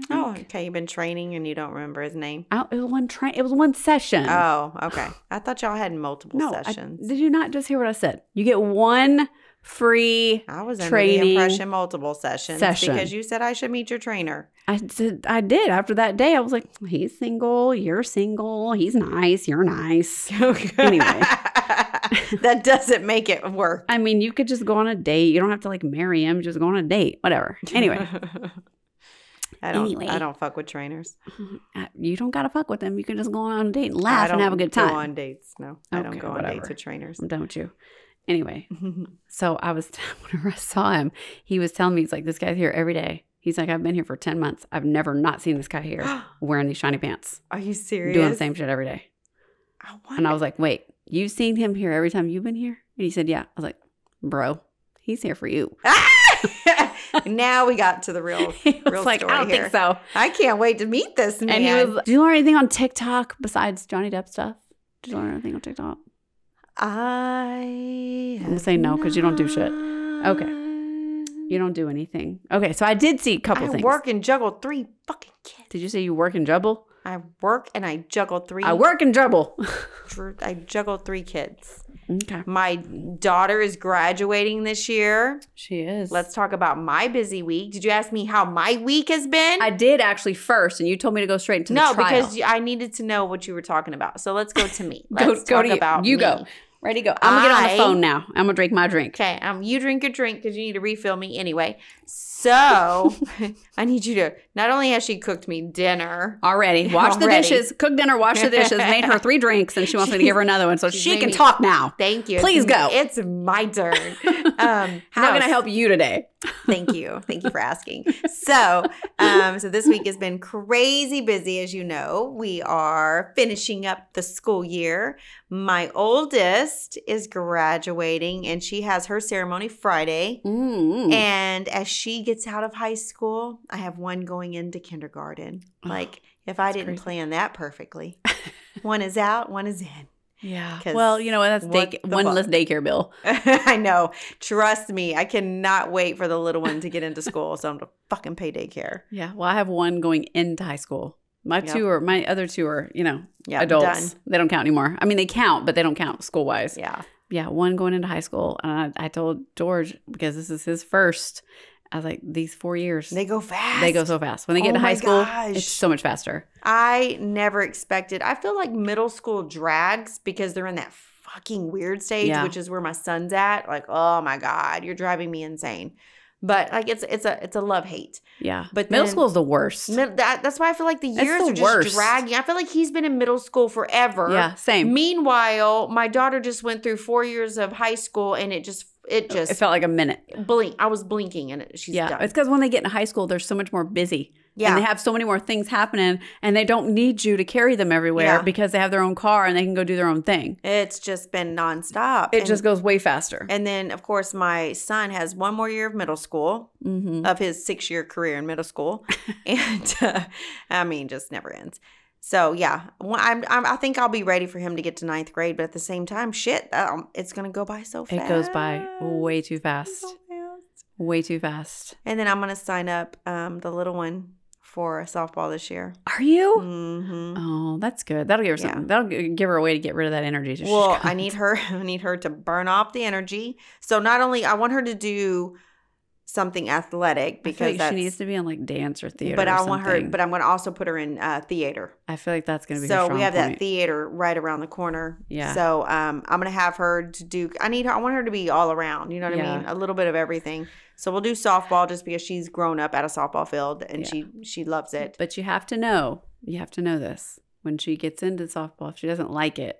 S1: Oh,
S2: think.
S1: okay. You've been training and you don't remember his name.
S2: I don't- it was one train. It was one session.
S1: Oh, okay. I thought y'all had multiple
S2: I-
S1: sessions.
S2: did you not just hear what I said? You get one free.
S1: I was under the
S2: Training
S1: impression multiple sessions
S2: session.
S1: because you said I should meet your trainer.
S2: I did. I did. After that day, I was like, he's single. You're single. He's nice. You're nice. Anyway.
S1: that doesn't make it work.
S2: I mean, you could just go on a date. You don't have to like marry him. Just go on a date. Whatever. Anyway,
S1: I don't.
S2: Anyway.
S1: I don't fuck with trainers.
S2: I- uh, you don't gotta fuck with him. You can just go on a date and laugh
S1: I don't
S2: and have a good
S1: Go on
S2: time.
S1: dates. No, I don't
S2: Okay,
S1: go on dates
S2: whatever.
S1: with trainers.
S2: I'm done with you. Anyway, so I was whenever I saw him, he was telling me he's like, this guy's here every day. He's like, I've been here for ten months. I've never not seen this guy here wearing these shiny pants,
S1: Are you serious?
S2: doing the same shit every day.
S1: I
S2: And I
S1: wonder-
S2: was like, wait, you've seen him here every time you've been here? And he said, yeah. I was like, bro, he's here for you.
S1: now we got to the real.
S2: He was
S1: Real
S2: like,
S1: story
S2: I don't
S1: here.
S2: think so.
S1: I can't wait to meet this man.
S2: And he was, do you learn anything on TikTok besides Johnny Depp stuff? Did you learn anything on TikTok?
S1: I.
S2: gonna say no 'cause you don't do shit. Okay.
S1: You
S2: You don't do anything. Okay, so I did see a couple
S1: I
S2: things.
S1: work and juggle three fucking kids.
S2: Did you say you work and juggle?
S1: I work and I juggle three.
S2: I work and juggle.
S1: dr- I juggle three kids.
S2: okay.
S1: My daughter is graduating this year.
S2: She is.
S1: Let's talk about my busy week. Did you ask me how my week has been?
S2: I did actually first, and you told me to go straight into
S1: no,
S2: the trial.
S1: because you- I needed to know what you were talking about. So let's go to me.
S2: go,
S1: Let's
S2: go
S1: talk
S2: to you.
S1: about
S2: you
S1: me.
S2: go. Ready, go. I'm gonna get on
S1: I-
S2: the phone now. I'm gonna drink my drink.
S1: Okay, um, you drink your drink because you need to refill me anyway. So I need you to not only has she cooked me dinner,
S2: Already. Wash the
S1: Already.
S2: dishes, cook dinner, wash the dishes, made her three drinks, and she wants me to give her another one so
S1: She's
S2: she
S1: made
S2: can
S1: me-
S2: talk now.
S1: thank you.
S2: Please
S1: It's-
S2: go.
S1: It's my turn. Um,
S2: How
S1: no,
S2: can I help you today?
S1: Thank you. Thank you for asking. So, um, so this week has been crazy busy, as you know. We are finishing up the school year. My oldest is graduating, and she has her ceremony Friday. Mm-hmm.
S2: Mm.
S1: And as she gets out of high school, I have one going into kindergarten.
S2: Oh,
S1: Like, if I
S2: that's
S1: didn't
S2: crazy.
S1: plan that perfectly, one is out, one is in.
S2: yeah.
S1: 'cause
S2: Well, you know what? That's
S1: what
S2: day,
S1: the
S2: one
S1: fuck?
S2: less daycare bill.
S1: I know. Trust me, I cannot wait for the little one to get into school. So I'm going to fucking pay daycare.
S2: Yeah. Well, I have one going into high school. My
S1: Yeah.
S2: two are my other two are you know
S1: Yeah,
S2: adults. They don't count anymore. I mean, they count, but they don't count school wise.
S1: Yeah.
S2: yeah, one going into high school. And I, I told George because this is his first. I was like, these four years,
S1: They
S2: they,
S1: go fast.
S2: go so fast. When they get
S1: Oh
S2: to
S1: my
S2: high school,
S1: gosh.
S2: it's so much faster.
S1: I never expected. I feel like middle school drags because they're in that fucking weird stage,
S2: Yeah.
S1: which is where my son's at. Like, oh my god, you're driving me insane. But like, it's it's a it's a love hate.
S2: Yeah,
S1: But
S2: but middle
S1: then-
S2: school is the worst.
S1: Mid- that, that's why I feel like the
S2: That's
S1: years
S2: the
S1: are just
S2: worst.
S1: dragging. I feel like he's been in middle school forever.
S2: yeah, same.
S1: Meanwhile, my daughter just went through four years of high school, and it just it
S2: It
S1: just
S2: felt like a minute.
S1: blink. I was blinking and it, she's
S2: yeah,
S1: done.
S2: it's because when they get in high school, they're so much more busy.
S1: yeah,
S2: and they have so many more things happening, and they don't need you to carry them everywhere
S1: Yeah.
S2: because they have their own car and they can go do their own thing.
S1: it's just been nonstop.
S2: It
S1: and,
S2: just goes way faster.
S1: And then of course my son has one more year of middle school
S2: hmm
S1: of his six year career in middle school, and uh, I mean just never ends. So yeah, well, I'm, I'm I think I'll be ready for him to get to ninth grade, but at the same time, shit, um, it's gonna go by so fast.
S2: It goes by way too fast,
S1: So fast.
S2: way too fast.
S1: And then I'm gonna sign up um, the little one for softball this year.
S2: Are you?
S1: hmm
S2: Oh, that's good. That'll give her
S1: Yeah.
S2: something. That'll g- give her a way to get rid of that energy. so she's
S1: Well,
S2: got-
S1: I need her. I need her to burn off the energy. So not only I want her to do something athletic
S2: I feel
S1: because
S2: like
S1: that's,
S2: she needs to be in like dance or theater.
S1: but
S2: or
S1: I want her.
S2: something.
S1: But I'm gonna also put her in uh, theater.
S2: I feel like that's gonna be. her
S1: So
S2: strong
S1: we have that
S2: point.
S1: theater right around the corner.
S2: Yeah.
S1: So um, I'm gonna have her to do. I need her. I want her to be all around. You know what I
S2: Yeah.
S1: mean? A little bit of everything. So we'll do softball just because she's grown up at a softball field and
S2: Yeah.
S1: she she loves it.
S2: But you have to know, you have to know this. When she gets into softball, if she doesn't like it,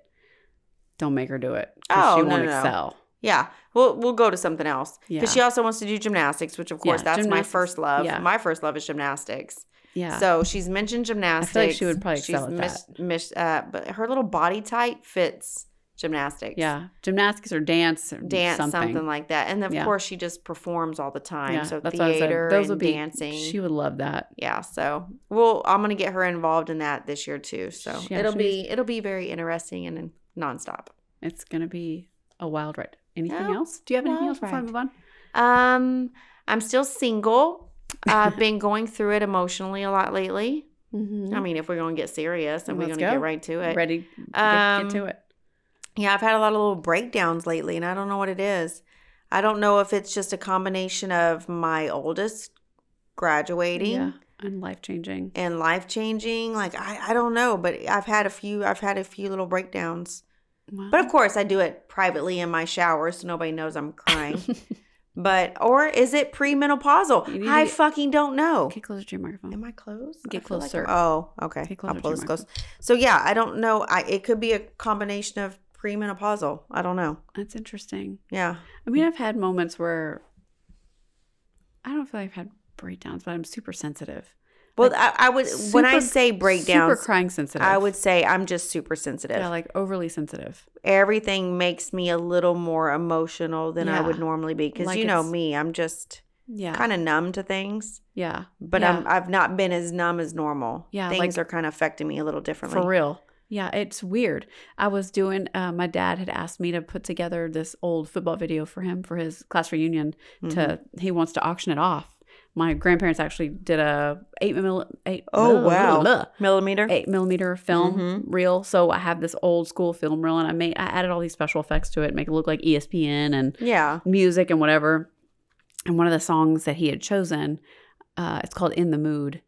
S2: don't make her do it. 'cause
S1: Oh,
S2: she
S1: no,
S2: won't
S1: no, no.
S2: excel.
S1: Yeah, we'll we'll go to something else
S2: Yeah.
S1: because she also wants to do gymnastics, which of
S2: Yeah,
S1: course that's my
S2: gymnastics.
S1: first love.
S2: Yeah.
S1: My first love is gymnastics.
S2: yeah.
S1: So she's mentioned gymnastics.
S2: would probably excel at
S1: mis- mis- uh, but her little body type fits gymnastics.
S2: yeah. Gymnastics or dance or
S1: Dance, something,
S2: something.
S1: like that. And of
S2: Yeah.
S1: course, she just performs all the time.
S2: Yeah,
S1: so
S2: what I said.
S1: theater and
S2: would be-
S1: dancing.
S2: She would love that.
S1: yeah, so well, I'm gonna get her involved in that this year too. So
S2: Yeah,
S1: it'll
S2: she
S1: be it'll be very interesting and, and nonstop.
S2: It's gonna be a wild ride. Anything
S1: Oh,
S2: else? Do you have anything else before I
S1: wild
S2: move on?
S1: Um, I'm still single. I've been going through it emotionally a lot lately. I
S2: Mm-hmm.
S1: mean, if we're gonna get serious, and we're
S2: Let's
S1: gonna get
S2: go.
S1: right to it.
S2: Ready? Get,
S1: Um,
S2: get to it.
S1: Yeah, I've had a lot of little breakdowns lately, and I don't know what it is. I don't know if it's just a combination of my oldest graduating
S2: Yeah. And life changing.
S1: and life changing. Like I, I don't know, but I've had a few. I've had a few little breakdowns. But of course, I do it privately in my shower, so nobody knows I'm crying. but or is it
S2: You need
S1: premenopausal?
S2: to
S1: I
S2: get-
S1: fucking don't know.
S2: get closer to your microphone.
S1: Am I close?
S2: Get
S1: I feel like
S2: closer.
S1: I'm- oh, okay.
S2: Get
S1: I'll
S2: closer
S1: pull
S2: to
S1: this
S2: your
S1: close. So yeah, I don't know. I it could be a combination of premenopausal. I don't know.
S2: That's interesting.
S1: Yeah.
S2: I mean, I've had moments where I don't feel like I've had breakdowns, but I'm super sensitive.
S1: Well, I, I would when I
S2: Super-
S1: say breakdowns,
S2: super crying sensitive.
S1: I would say I'm just super sensitive.
S2: yeah, like overly sensitive.
S1: Everything makes me a little more emotional than I
S2: Yeah.
S1: would normally be because
S2: Like
S1: you know
S2: it's-
S1: me, I'm just
S2: Yeah,
S1: kind of numb to things.
S2: yeah,
S1: But
S2: Yeah.
S1: I'm I've not been as numb as normal.
S2: Yeah,
S1: things
S2: like-
S1: are kind of affecting me a little differently.
S2: for real. Yeah, it's weird. I was doing. Uh, my dad had asked me to put together this old football video for him for his class reunion.
S1: Mhm.
S2: To he wants to auction it off. My grandparents actually did a eight mil eight.
S1: Oh
S2: blah,
S1: wow,
S2: blah, blah.
S1: millimeter.
S2: eight millimeter film reel. So I have this old school film reel, and I made I added all these special effects to it, make it look like E ESPN and
S1: Yeah.
S2: music and whatever. And one of the songs that he had chosen, uh, it's called "In the Mood,"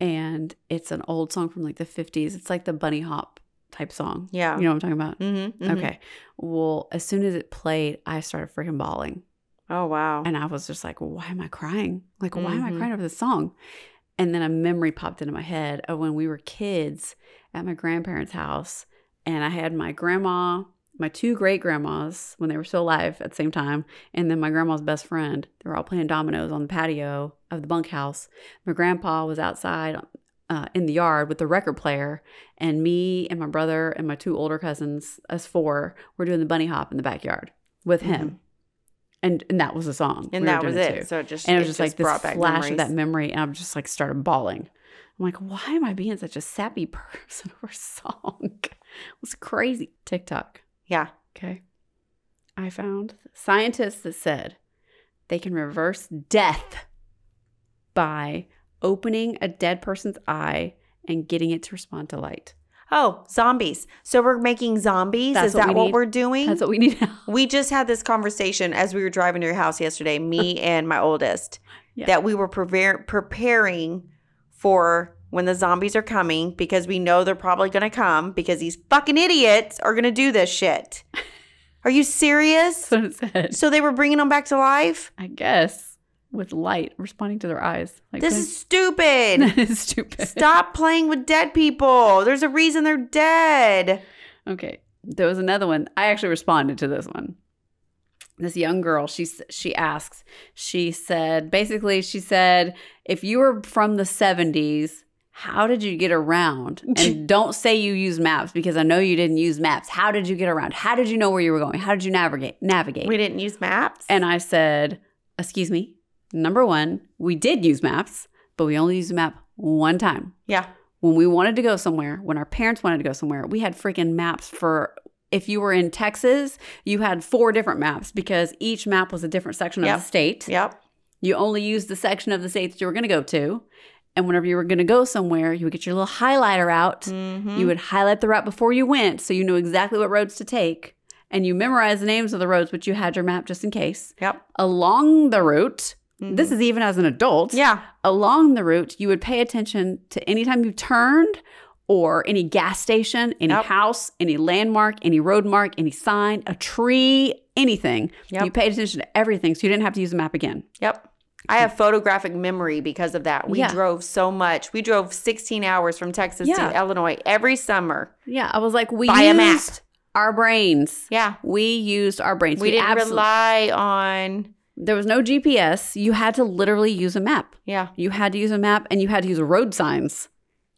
S2: and it's an old song from like the '50s. It's like the bunny hop type song.
S1: Yeah.
S2: you know what I'm talking about.
S1: Mm-hmm,
S2: Okay. Well, as soon as it played, I started freaking bawling.
S1: Oh wow.
S2: And I was just like, why am I crying? Like, why am I
S1: Mhm.
S2: crying over this song? And then a memory popped into my head of when we were kids at my grandparents' house. And I had my grandma, my two great grandmas, when they were still alive at the same time, and then my grandma's best friend. They were all playing dominoes on the patio of the bunkhouse. My grandpa was outside uh, in the yard with the record player, and me and my brother and my two older cousins, us four, were doing the bunny hop in the backyard with him. And, and that was the song.
S1: and
S2: we were
S1: that was
S2: doing
S1: it.
S2: to.
S1: So it just
S2: And it was
S1: it
S2: just, like
S1: brought
S2: this
S1: back
S2: flash
S1: memories.
S2: of that memory, and I just like started bawling. I'm like, why am I being such a sappy person over a song? It was crazy. TikTok.
S1: yeah.
S2: Okay. I found scientists that said they can reverse death by opening a dead person's eye and getting it to respond to light.
S1: Oh, zombies. So we're making zombies.
S2: That's
S1: Is
S2: what
S1: that
S2: we
S1: what
S2: need.
S1: we're doing?
S2: That's what we need now.
S1: we just had this conversation as we were driving to your house yesterday, me and my oldest,
S2: Yeah.
S1: that we were prever- preparing for when the zombies are coming because we know they're probably going to come because these fucking idiots are going to do this shit. Are you serious?
S2: That's what it said.
S1: So they were bringing them back to life?
S2: I guess with light responding to their eyes. Like
S1: This is stupid.
S2: that is stupid.
S1: Stop playing with dead people. There's a reason they're dead.
S2: Okay. There was another one. I actually responded to this one. this young girl she s- she asks she said basically she said if you were from the 70s how did you get around and don't say you use maps because i know you didn't use maps how did you get around how did you know where you were going how did you navigate navigate
S1: We didn't use maps.
S2: and i said excuse me number 1 we did use maps but we only used a map one time
S1: yeah,
S2: when we wanted to go somewhere, when our parents wanted to go somewhere, we had freaking maps for if you were in Texas, you had four different maps because each map was a different section
S1: Yep.
S2: of the state.
S1: yep.
S2: You only used the section of the state that you were going to go to. And whenever you were going to go somewhere, you would get your little highlighter out.
S1: Mhm.
S2: You would highlight the route before you went so you knew exactly what roads to take. And you memorized the names of the roads, but you had your map just in case.
S1: yep.
S2: Along the route, this
S1: Mhm.
S2: is even as an adult
S1: yeah.
S2: along the route, you would pay attention to any time you turned or any gas station, any
S1: Yep.
S2: house, any landmark, any road mark, any sign, a tree, anything.
S1: Yep.
S2: You paid attention to everything, so you didn't have to use a map again.
S1: Yep. I have photographic memory because of that. We
S2: Yeah.
S1: drove so much. We drove 16 hours from Texas to
S2: Yeah.
S1: Illinois every summer.
S2: Yeah, I was like, we
S1: Buy a
S2: used
S1: map.
S2: our brains.
S1: Yeah.
S2: We used our brains.
S1: We didn't
S2: absol-
S1: rely on,
S2: There was no GPS. You had to literally use a map.
S1: yeah.
S2: You had to use a map, and you had to use road signs.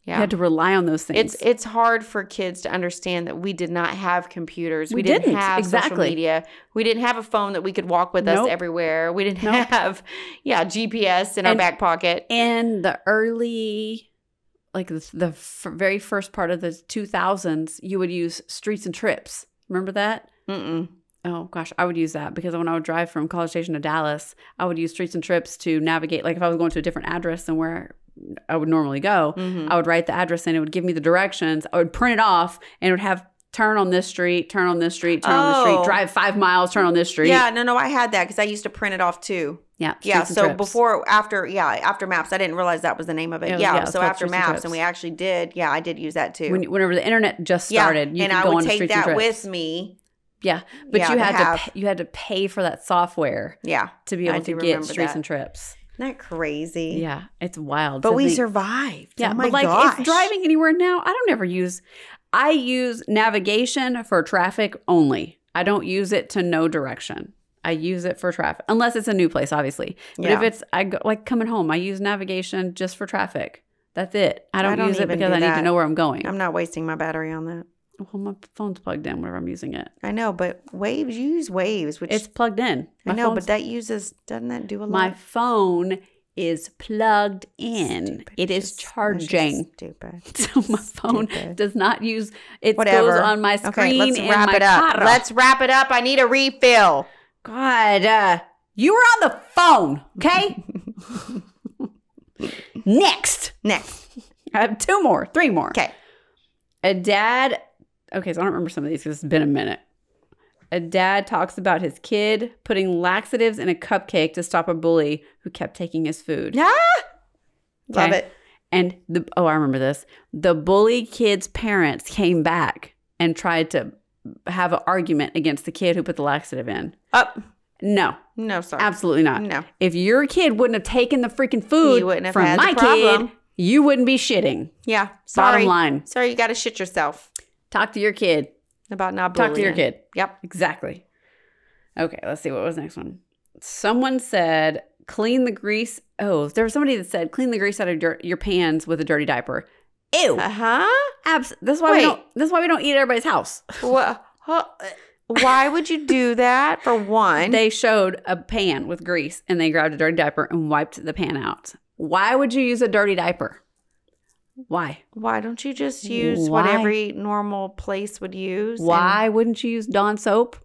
S2: You
S1: Yeah.
S2: had to rely on those things.
S1: It's it's hard for kids to understand that we did not have computers. We,
S2: We
S1: didn't,
S2: didn't,
S1: have social
S2: exactly.
S1: media. We didn't have a phone that we could walk with us
S2: Nope.
S1: everywhere. We didn't
S2: Nope.
S1: have yeah, GPS in our
S2: And-
S1: back pocket.
S2: in the early like the, the f- very first part of the 2000s you would use streets and trips remember that
S1: Mm-mm.
S2: oh gosh i would use that because when i would drive from college station to dallas i would use streets and trips to navigate like if i was going to a different address than where i would normally go
S1: Mhm.
S2: i would write the address and it would give me the directions i would print it off and it would have turn on this street turn on this street turn on this
S1: Oh.
S2: street drive five miles turn on this street
S1: Yeah, no, no, I had that because I used to print it off too.
S2: yeah
S1: Yeah.
S2: streets and
S1: So
S2: trips.
S1: before, after, yeah, after maps, I didn't realize that was the name of it.
S2: It was-
S1: yeah,
S2: yeah, it's
S1: So
S2: called
S1: after
S2: Streets and
S1: maps, and
S2: Trips.
S1: we actually did. Yeah, I did use that too.
S2: when, whenever the internet just started
S1: yeah,
S2: you
S1: and
S2: could
S1: I
S2: go
S1: would
S2: on to
S1: take
S2: streets
S1: that
S2: and trips
S1: with me.
S2: Yeah, but
S1: Yeah,
S2: you
S1: to
S2: had to
S1: have.
S2: pay, you had to pay for that software
S1: Yeah,
S2: to be
S1: I
S2: able
S1: do
S2: to get
S1: remember
S2: streets
S1: that.
S2: and trips.
S1: isn't that crazy?
S2: Yeah, it's wild.
S1: but
S2: to
S1: we
S2: think.
S1: survived.
S2: Yeah,
S1: oh my
S2: but like
S1: gosh.
S2: if driving anywhere now, I don't ever use. I use navigation for traffic only. I don't use it to know direction. I use it for traffic unless it's a new place, obviously. But
S1: Yeah.
S2: if it's I go, like coming home, I use navigation just for traffic. That's it. I don't,
S1: don't
S2: use it
S1: even
S2: because
S1: do
S2: I need
S1: that.
S2: to know where I'm going.
S1: I'm not wasting my battery on that.
S2: well, my phone's plugged in whenever I'm using it.
S1: I know, but waves you use waves, which
S2: It's plugged in.
S1: I
S2: My
S1: know,
S2: phone's
S1: but that uses doesn't that do a lot?
S2: My phone is plugged in.
S1: Stupid.
S2: It is
S1: Just- that's just
S2: charging.
S1: Stupid.
S2: So my phone
S1: Stupid.
S2: does not use it
S1: Whatever.
S2: goes on my
S1: Okay,
S2: screen
S1: let's
S2: and
S1: wrap
S2: my
S1: it up.
S2: car.
S1: Let's wrap it up. I need a refill.
S2: God, uh, you were on the phone, okay? Next.
S1: Next.
S2: I have two more, three more.
S1: Okay.
S2: A dad, okay, so I don't remember some of these because it's been a minute. A dad talks about his kid putting laxatives in a cupcake to stop a bully who kept taking his food.
S1: Yeah. Love
S2: Okay.
S1: it.
S2: And the oh, I remember this. The bully kid's parents came back and tried to have an argument against the kid who put the laxative in.
S1: Up.
S2: No,
S1: No, sorry.
S2: absolutely not.
S1: No.
S2: If your kid wouldn't have taken the freaking food
S1: You wouldn't have
S2: from
S1: had the
S2: my
S1: problem.
S2: kid, you wouldn't be shitting.
S1: Yeah. Sorry.
S2: Bottom line,
S1: Sorry, you got to shit yourself
S2: talk to your kid.
S1: about not bullying.
S2: Talk to your kid.
S1: Yep.
S2: Exactly. Okay, let's see what was the next one. Someone said clean the grease. Oh, there was somebody that said clean the grease out of your, your pans with a dirty diaper. Ew.
S1: Uh huh.
S2: Abs- that's why
S1: Wait.
S2: we don't. That's why we don't eat at everybody's house.
S1: Wha- huh? Why would you do that for one?
S2: They showed a pan with grease, and they grabbed a dirty diaper and wiped the pan out. Why would you use a dirty diaper? Why?
S1: Why don't you just use what
S2: Why?
S1: every normal place would use? and-
S2: Why wouldn't you use Dawn soap?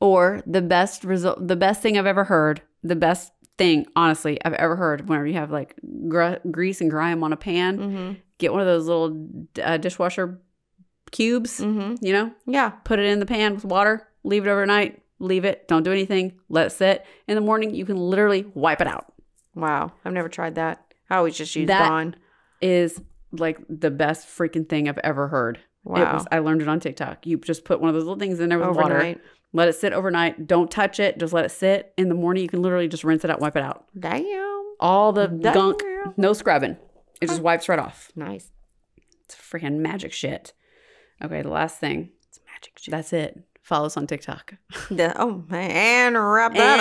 S2: Or the best result, the best thing I've ever heard, the best thing honestly I've ever heard. Whenever you have like gr- grease and grime on a pan,
S1: Mhm.
S2: get one of those little uh, dishwasher cubes.
S1: Mhm.
S2: You know,
S1: Yeah.
S2: put it in the pan with water, leave it overnight, leave it, don't do anything, let it sit. In the morning, you can literally wipe it out.
S1: Wow. I've never tried that. I always just use
S2: That-
S1: Dawn.
S2: Is like the best freaking thing I've ever heard.
S1: Wow.
S2: It was, I learned it on TikTok. You just put one of those little things in there with water,
S1: Overnight.
S2: let it sit overnight, don't touch it, just let it sit. In the morning, you can literally just rinse it out, wipe it out.
S1: Damn.
S2: All the
S1: Damn.
S2: gunk, no scrubbing. It just wipes right off.
S1: Nice.
S2: It's freaking magic shit. Okay, the last thing. It's magic shit. That's it. Follow us on TikTok.
S1: The- oh, and wrap that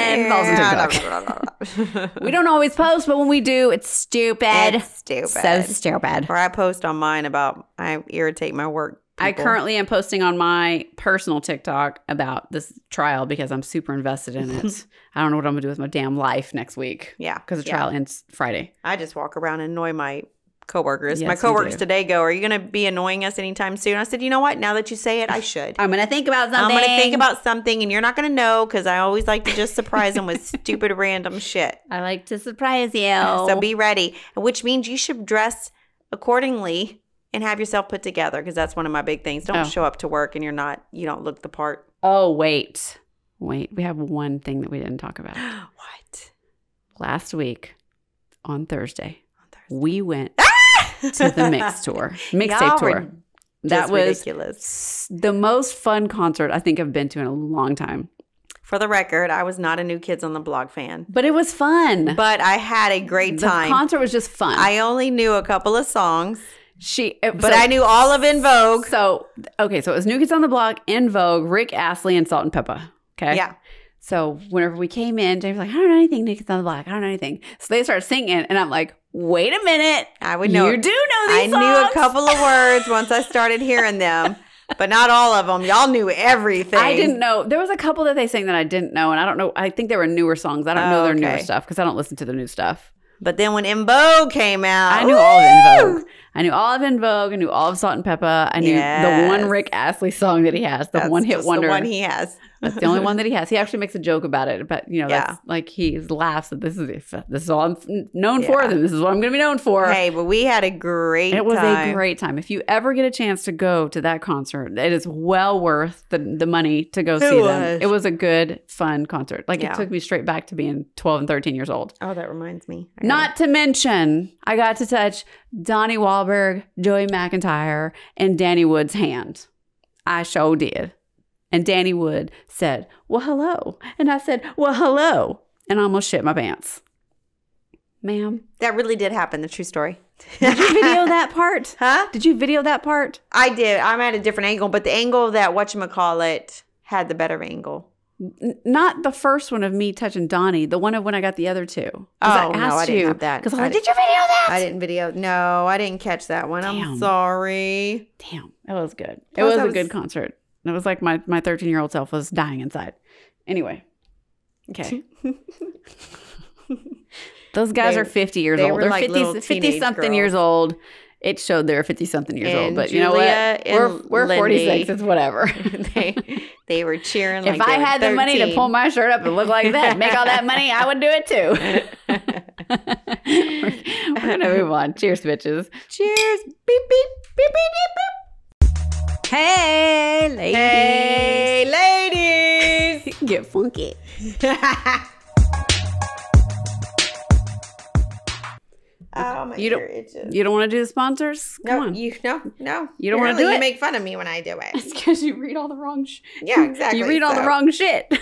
S2: And
S1: up.
S2: follow us We don't always post, but when we do, it's stupid.
S1: It's stupid.
S2: So stupid.
S1: or I post on mine about I irritate my work.
S2: I
S1: people.
S2: currently am posting on my personal TikTok about this trial because I'm super invested in it. I don't know what I'm gonna do with my damn life next week
S1: yeah
S2: because the
S1: yeah.
S2: trial ends Friday.
S1: I just walk around and annoy my coworkers. my
S2: Yes, you
S1: coworkers
S2: do.
S1: today go, "Are you going to be annoying us anytime soon?" I said, "You know what? Now that you say it, I should."
S2: I'm gonna think about something.
S1: I'm going to think about something, and you're not going to know because I always like to just surprise them with stupid random shit.
S2: I like to surprise you.
S1: So be ready, which means you should dress accordingly and have yourself put together because that's one of my big things. Don't
S2: Oh.
S1: show up to work and you're not, you don't look the part.
S2: oh wait, wait. We have one thing that we didn't talk about
S1: what?
S2: last week on Thursday.
S1: On Thursday.
S2: We went to the mix tour, mixtape
S1: Y'all
S2: tour.
S1: were
S2: that
S1: Just
S2: was
S1: ridiculous.
S2: s- the most fun concert I think I've been to in a long time.
S1: For the record, I was not a New Kids on the Block fan,
S2: But it was fun.
S1: but I had a great time.
S2: The concert was just fun.
S1: I only knew a couple of songs,
S2: she, it-
S1: but
S2: so-
S1: I knew all of In Vogue.
S2: So okay, so it was New Kids on the Block, In Vogue, Rick Astley, and Salt and Peppa. Okay,
S1: Yeah.
S2: So whenever we came in, James was like, I don't know anything, New Kids on the Block. I don't know anything. So they started singing, and I'm like, Wait a minute,
S1: I would know.
S2: you do know
S1: I
S2: these.
S1: knew a
S2: songs."
S1: couple of words once I started hearing them, but not all of them. Y'all knew everything.
S2: I didn't know. There was a couple that they sang that I didn't know, and I don't know. I think they were newer songs. I don't know
S1: Oh,
S2: their newer
S1: okay.
S2: stuff because I don't listen to the new stuff.
S1: But then when In Vogue came out,
S2: I knew all of In
S1: woo!
S2: Vogue. I knew all of In Vogue. I knew all of Salt and Peppa. I knew the one
S1: Yes.
S2: Rick Astley song that he has, the
S1: That's
S2: one hit
S1: just
S2: wonder.
S1: The one he has.
S2: That's the only one that he has. He actually makes a joke about it, but you know,
S1: Yeah.
S2: that's like he laughs that this is this is all I'm f- known for.
S1: Yeah.
S2: Then this is what I'm going to be known for.
S1: Hey, but we had a great.
S2: And it was
S1: time.
S2: a great time. If you ever get a chance to go to that concert, it is well worth the, the money to go see them.
S1: was.
S2: It was a good, fun concert. Like
S1: Yeah.
S2: it took me straight back to being 12 and 13 years old.
S1: Oh, that reminds me. I gotta-
S2: Not to mention, I got to touch Donnie Wahlberg, Joey McIntyre, and Danny Wood's hand. I sure did. And Danny Wood said, Well, hello. And I said, Well, hello. And I almost shit my pants. Ma'am,
S1: that really did happen. The true story.
S2: did you video that part?
S1: Huh?
S2: Did you video that part?
S1: I did. I'm at a different angle, but the angle that whatchamacallit had the better angle.
S2: N- not the first one of me touching Donnie, the one of when I got the other two. 'Cause
S1: Oh, no, I didn't have that.
S2: Because I'm
S1: I
S2: like,
S1: didn't-
S2: Did you video that?
S1: I didn't video. No, I didn't catch that one.
S2: Damn.
S1: I'm sorry.
S2: Damn, it was good. it
S1: Plus,
S2: was
S1: I
S2: a
S1: was-
S2: good concert. It was like my my 13 year old self was dying inside. Anyway, okay. Those guys
S1: They-
S2: are 50 years
S1: they
S2: old.
S1: were
S2: They're
S1: like
S2: 50,
S1: little
S2: 50
S1: teenage
S2: something
S1: girls.
S2: years old. It showed they were 50 something years old,
S1: And
S2: but you know
S1: Julia
S2: what? We're,
S1: and
S2: we're 46.
S1: Lindy.
S2: It's whatever.
S1: they they were cheering.
S2: if
S1: like they
S2: I
S1: were
S2: had the money to
S1: 13.
S2: pull my shirt up and look like that, make all that money, I would do it too. we're going to move on. Cheers, bitches.
S1: cheers, beep beep beep beep beep.
S2: Hey, ladies.
S1: beep. Hey, ladies.
S2: Get funky.
S1: oh my
S2: You don't-
S1: ear itches.
S2: You don't want to do the sponsors? Come
S1: no,
S2: on.
S1: you no no.
S2: You don't wanna
S1: Really,
S2: do
S1: you
S2: it?
S1: make fun of me when I do it.
S2: it's because you read all the wrong sh-
S1: Yeah, exactly.
S2: You read all the
S1: so
S2: wrong shit.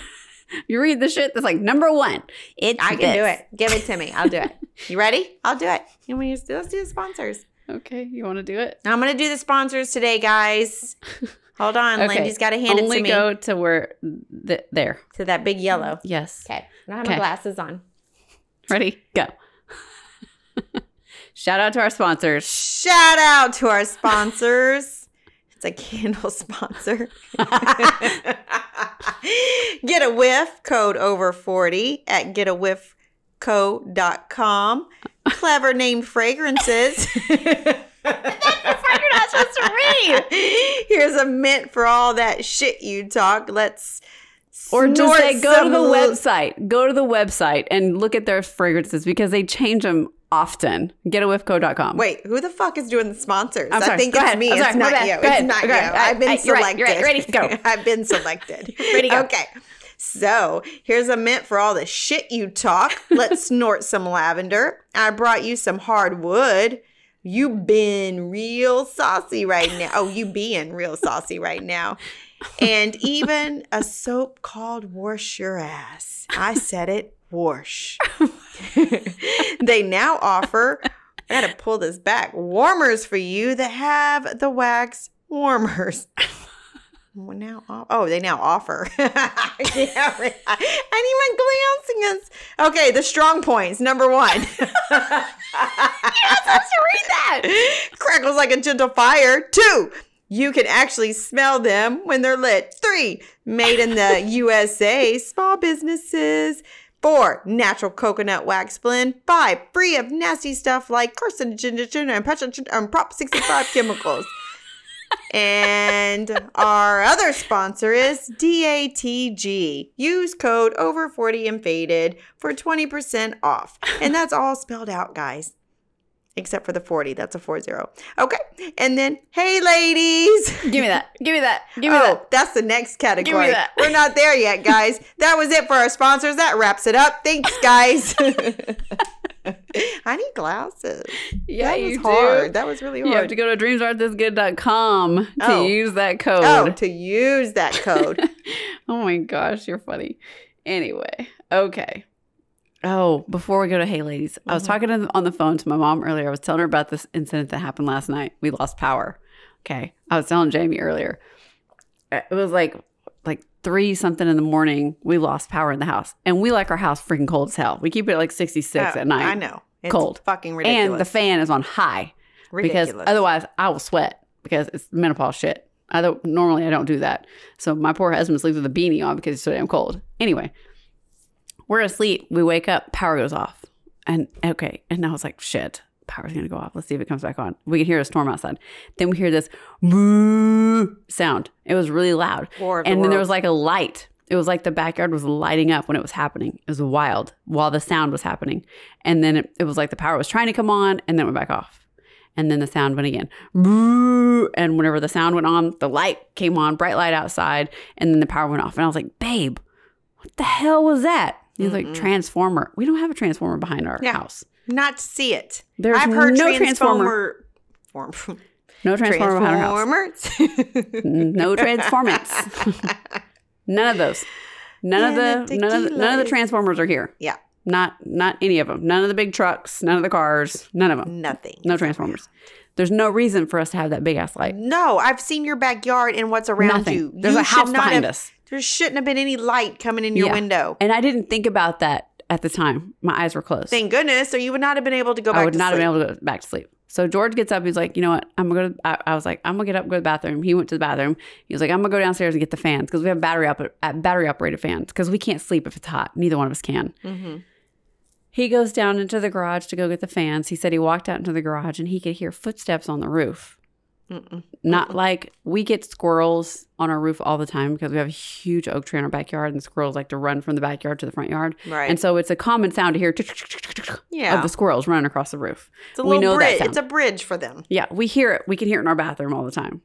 S2: you read the shit that's like number one. It's
S1: I can do
S2: this.
S1: it. Give it to me. I'll do it. You ready? I'll do it. You want me to let's do the sponsors?
S2: Okay, you want to do it?
S1: I'm gonna do the sponsors today, guys. Hold on,
S2: Okay.
S1: Lindy's got to hand
S2: Only
S1: it to me
S2: go to where th- there.
S1: to that big yellow.
S2: Yes.
S1: Okay, I don't have
S2: Okay.
S1: my glasses on.
S2: Ready? Go. Shout out to our sponsors.
S1: Shout out to our sponsors. it's a candle sponsor. Get a whiff code over 40 at getawhiffco.com. Clever name fragrances.
S2: You're not supposed to read.
S1: Here's a mint for all that shit you talk. Let's
S2: Or just
S1: snort
S2: say go to
S1: some
S2: the
S1: l-
S2: website. Go to the website and look at their fragrances because they change them often. Getawithco.com.
S1: Wait, who the fuck is doing the sponsors?
S2: I'm
S1: I
S2: sorry.
S1: think
S2: Go
S1: it's
S2: ahead.
S1: me.
S2: I'm
S1: It's
S2: sorry. My
S1: not
S2: bad.
S1: you.
S2: Go
S1: It's
S2: ahead.
S1: not
S2: Go
S1: you.
S2: ahead.
S1: I've
S2: I- I-
S1: been
S2: you're right.
S1: selected.
S2: You're right. Ready? Go.
S1: I've been selected.
S2: Ready? Go.
S1: Okay. So here's a mint for all the shit you talk. Let's snort some lavender. I brought you some hardwood. You been real saucy right now. Oh, you being real saucy right now. And even a soap called Wash Your Ass. I said it, Wash. they now offer, I gotta pull this back, warmers for you that have the wax warmers. Well, now, off- oh, they now offer. yeah, right. I need my glances. Okay, the strong points. Number one.
S2: read that.
S1: Crackles like a gentle fire. Two, you can actually smell them when they're lit. Three, made in the USA, small businesses. Four, natural coconut wax blend. Five, free of nasty stuff like carcinogen and petro- um, Prop 65 chemicals. And our other sponsor is DATG. Use code over 40 and faded for 20% off. And that's all spelled out, guys except for the 40 that's a 40 okay and then hey ladies
S2: Give me that. Give me that. Give me
S1: oh,
S2: that.
S1: that's the next category
S2: that.
S1: we're not there yet guys that was it for our sponsors that wraps it up thanks guys i need glasses
S2: Yeah,
S1: that was
S2: you do.
S1: hard that was really
S2: You have
S1: hard
S2: to go to dreamsarethisgood.com to
S1: Oh.
S2: use that code.
S1: oh to use that code
S2: Oh my gosh, you're funny. Anyway, okay. Mm-hmm. Oh, before we go to Hey Ladies, I was
S1: Mhm.
S2: talking to- on the phone to my mom earlier. I was telling her about this incident that happened last night. We lost power. Okay. I was telling Jamie earlier. Uh, It was like like three something in the morning. We lost power in the house. And we like our house freaking cold as hell. We keep it at like 66
S1: Oh,
S2: at night.
S1: i know it's
S2: Cold.
S1: fucking ridiculous
S2: And the fan is on high
S1: ridiculous.
S2: because otherwise I will sweat because it's menopause shit. I don't normally I don't do that. So my poor husband sleeps with a beanie on because it's so damn cold. Anyway, we're asleep. We wake up, power goes off, and okay, and I was like, shit, power's gonna go off. Let's see if it comes back on. We can hear a storm outside. Then we hear this "Moo" sound. It was really loud
S1: War of the
S2: and then there
S1: worlds.
S2: was like a light. It was like the backyard was lighting up when it was happening. It was wild while the sound was happening. And then it, it was like the power was trying to come on and then it went back off. And then the sound went again. Boo! And whenever the sound went on, the light came on, bright light outside, and then the power went off. And I was like, babe, what the hell was that? He's like,
S1: Mm-mm.
S2: transformer. We don't have a transformer behind our
S1: Yeah.
S2: house.
S1: not to see it
S2: There's
S1: i've heard
S2: no transformer.
S1: transformer form
S2: No transformer behind our house.
S1: transformers
S2: no transformance. none of those. None
S1: Yeah,
S2: of the none of the, none of
S1: tequilas.
S2: the transformers are here.
S1: Yeah.
S2: Not not any of them. None of the big trucks. None of the cars. None of them.
S1: nothing
S2: No transformers. There's no reason for us to have that big ass light.
S1: No, I've seen your backyard and what's around
S2: Nothing.
S1: you.
S2: There's
S1: you
S2: a house
S1: should not
S2: behind
S1: have-
S2: us,
S1: There shouldn't have been any light coming in your
S2: Yeah.
S1: window.
S2: and I didn't think about that at the time. My eyes were closed.
S1: Thank goodness, or you would not have been able to go back
S2: I would
S1: to
S2: not
S1: sleep.
S2: have been able to go back to sleep. So George gets up. He's like, you know what? I'm gonna go. To, I, I was like, I'm gonna get up, go to the bathroom. He went to the bathroom. He was like, I'm gonna go downstairs and get the fans because we have battery up at battery operated fans because we can't sleep if it's hot. Neither one of us can.
S1: Mhm.
S2: He goes down into the garage to go get the fans. He said he walked out into the garage and he could hear footsteps on the roof.
S1: Mm-mm.
S2: Not like we get squirrels on our roof all the time because we have a huge oak tree in our backyard and squirrels like to run from the backyard to the front yard.
S1: Right.
S2: And so it's a common sound to hear
S1: yeah.
S2: of the squirrels running across the roof.
S1: it's a
S2: we
S1: little
S2: know that
S1: bridge.
S2: sound.
S1: It's a bridge for them. Mm-hmm.
S2: Yeah, we hear it. We can hear it in our bathroom all the time.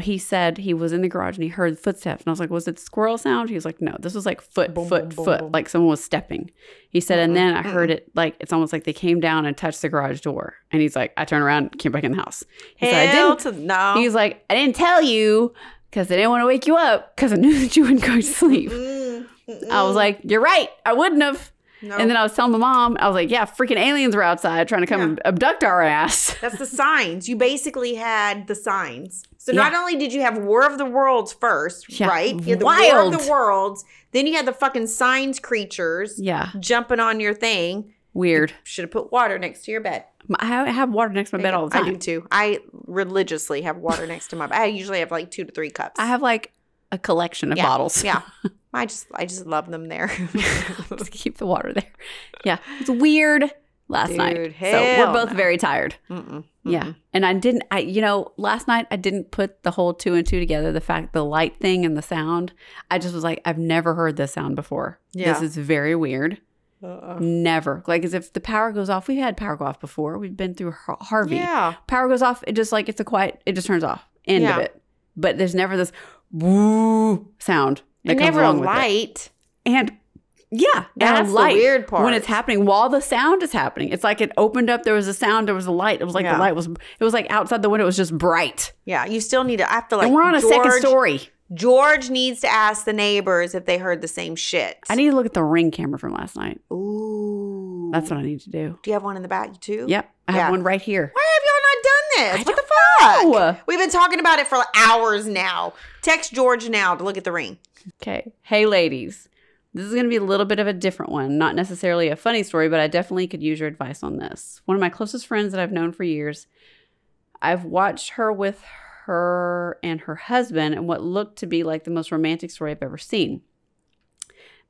S2: He said he was in the garage and he heard footsteps. And I was like, was it squirrel sound? He was like, no, this was like foot,
S1: Boom,
S2: foot,
S1: boom, boom,
S2: foot,
S1: boom.
S2: like someone was stepping. He said,
S1: Mm-mm,
S2: and then I heard it like it's almost like they came down and touched the garage door. And he's like, I turned around, came back in the house. He said, I
S1: Hell
S2: didn't.
S1: to no.
S2: He's like, I didn't tell you because I didn't want to wake you up because I knew that you wouldn't go to sleep.
S1: Mm,
S2: I was
S1: mm-mm.
S2: like, you're right. I wouldn't have.
S1: no.
S2: And then I was telling my mom, I was like, yeah, freaking aliens were outside trying to come
S1: Yeah.
S2: and abduct our ass.
S1: that's the signs. You basically had the signs. So
S2: Yeah.
S1: not only did you have War of the Worlds first,
S2: Yeah.
S1: right? You had the War
S2: Wild.
S1: of the Worlds. Then you had the fucking signs creatures
S2: Yeah,
S1: jumping on your thing.
S2: weird.
S1: Should have put water next to your bed.
S2: I ha- have water next to my bed all the
S1: I do
S2: time.
S1: too. I religiously have water next to my bed. I usually have like two to three cups.
S2: I, have like a collection of
S1: Yeah,
S2: bottles.
S1: yeah. I just I just love them there.
S2: to keep the water there. Yeah, it's weird. Last
S1: Dude,
S2: night, so
S1: hell
S2: we're both
S1: no.
S2: very tired.
S1: Mm-mm.
S2: Yeah, Mm-hmm. and I didn't. I you know last night I didn't put the whole two and two together. The fact the light thing and the sound. I just was like, I've never heard this sound before.
S1: Yeah.
S2: this is very weird.
S1: Uh-uh.
S2: Never like as if the power goes off. We've had power go off before. We've been through Har- Harvey.
S1: Yeah.
S2: power goes off, it just like it's a quiet, it just turns off. End
S1: Yeah.
S2: of it. But there's never this woo sound that
S1: And
S2: comes
S1: never a
S2: along with it.
S1: light.
S2: And yeah, and
S1: That's
S2: a
S1: the
S2: light
S1: weird part.
S2: when it's happening while the sound is happening. It's like it opened up. There was a sound. There was a light. It was like
S1: Yeah.
S2: the light was. It was like outside the window. It was just bright.
S1: Yeah. You still need to I feel like
S2: and we're on a second
S1: George-
S2: story.
S1: George needs to ask the neighbors if they heard the same shit.
S2: I need to look at the ring camera from last night.
S1: Ooh.
S2: That's what I need to do.
S1: Do you have one in the back too?
S2: Yep, I have
S1: Yeah.
S2: one right here.
S1: Why have y'all not done this?
S2: I
S1: what the fuck?
S2: No.
S1: We've been talking about it for hours now. Text George now to look at the ring.
S2: Okay. Hey, ladies. This is going to be a little bit of a different one. Not necessarily a funny story, but I definitely could use your advice on this. One of my closest friends that I've known for years, I've watched her with her and her husband and what looked to be like the most romantic story I've ever seen.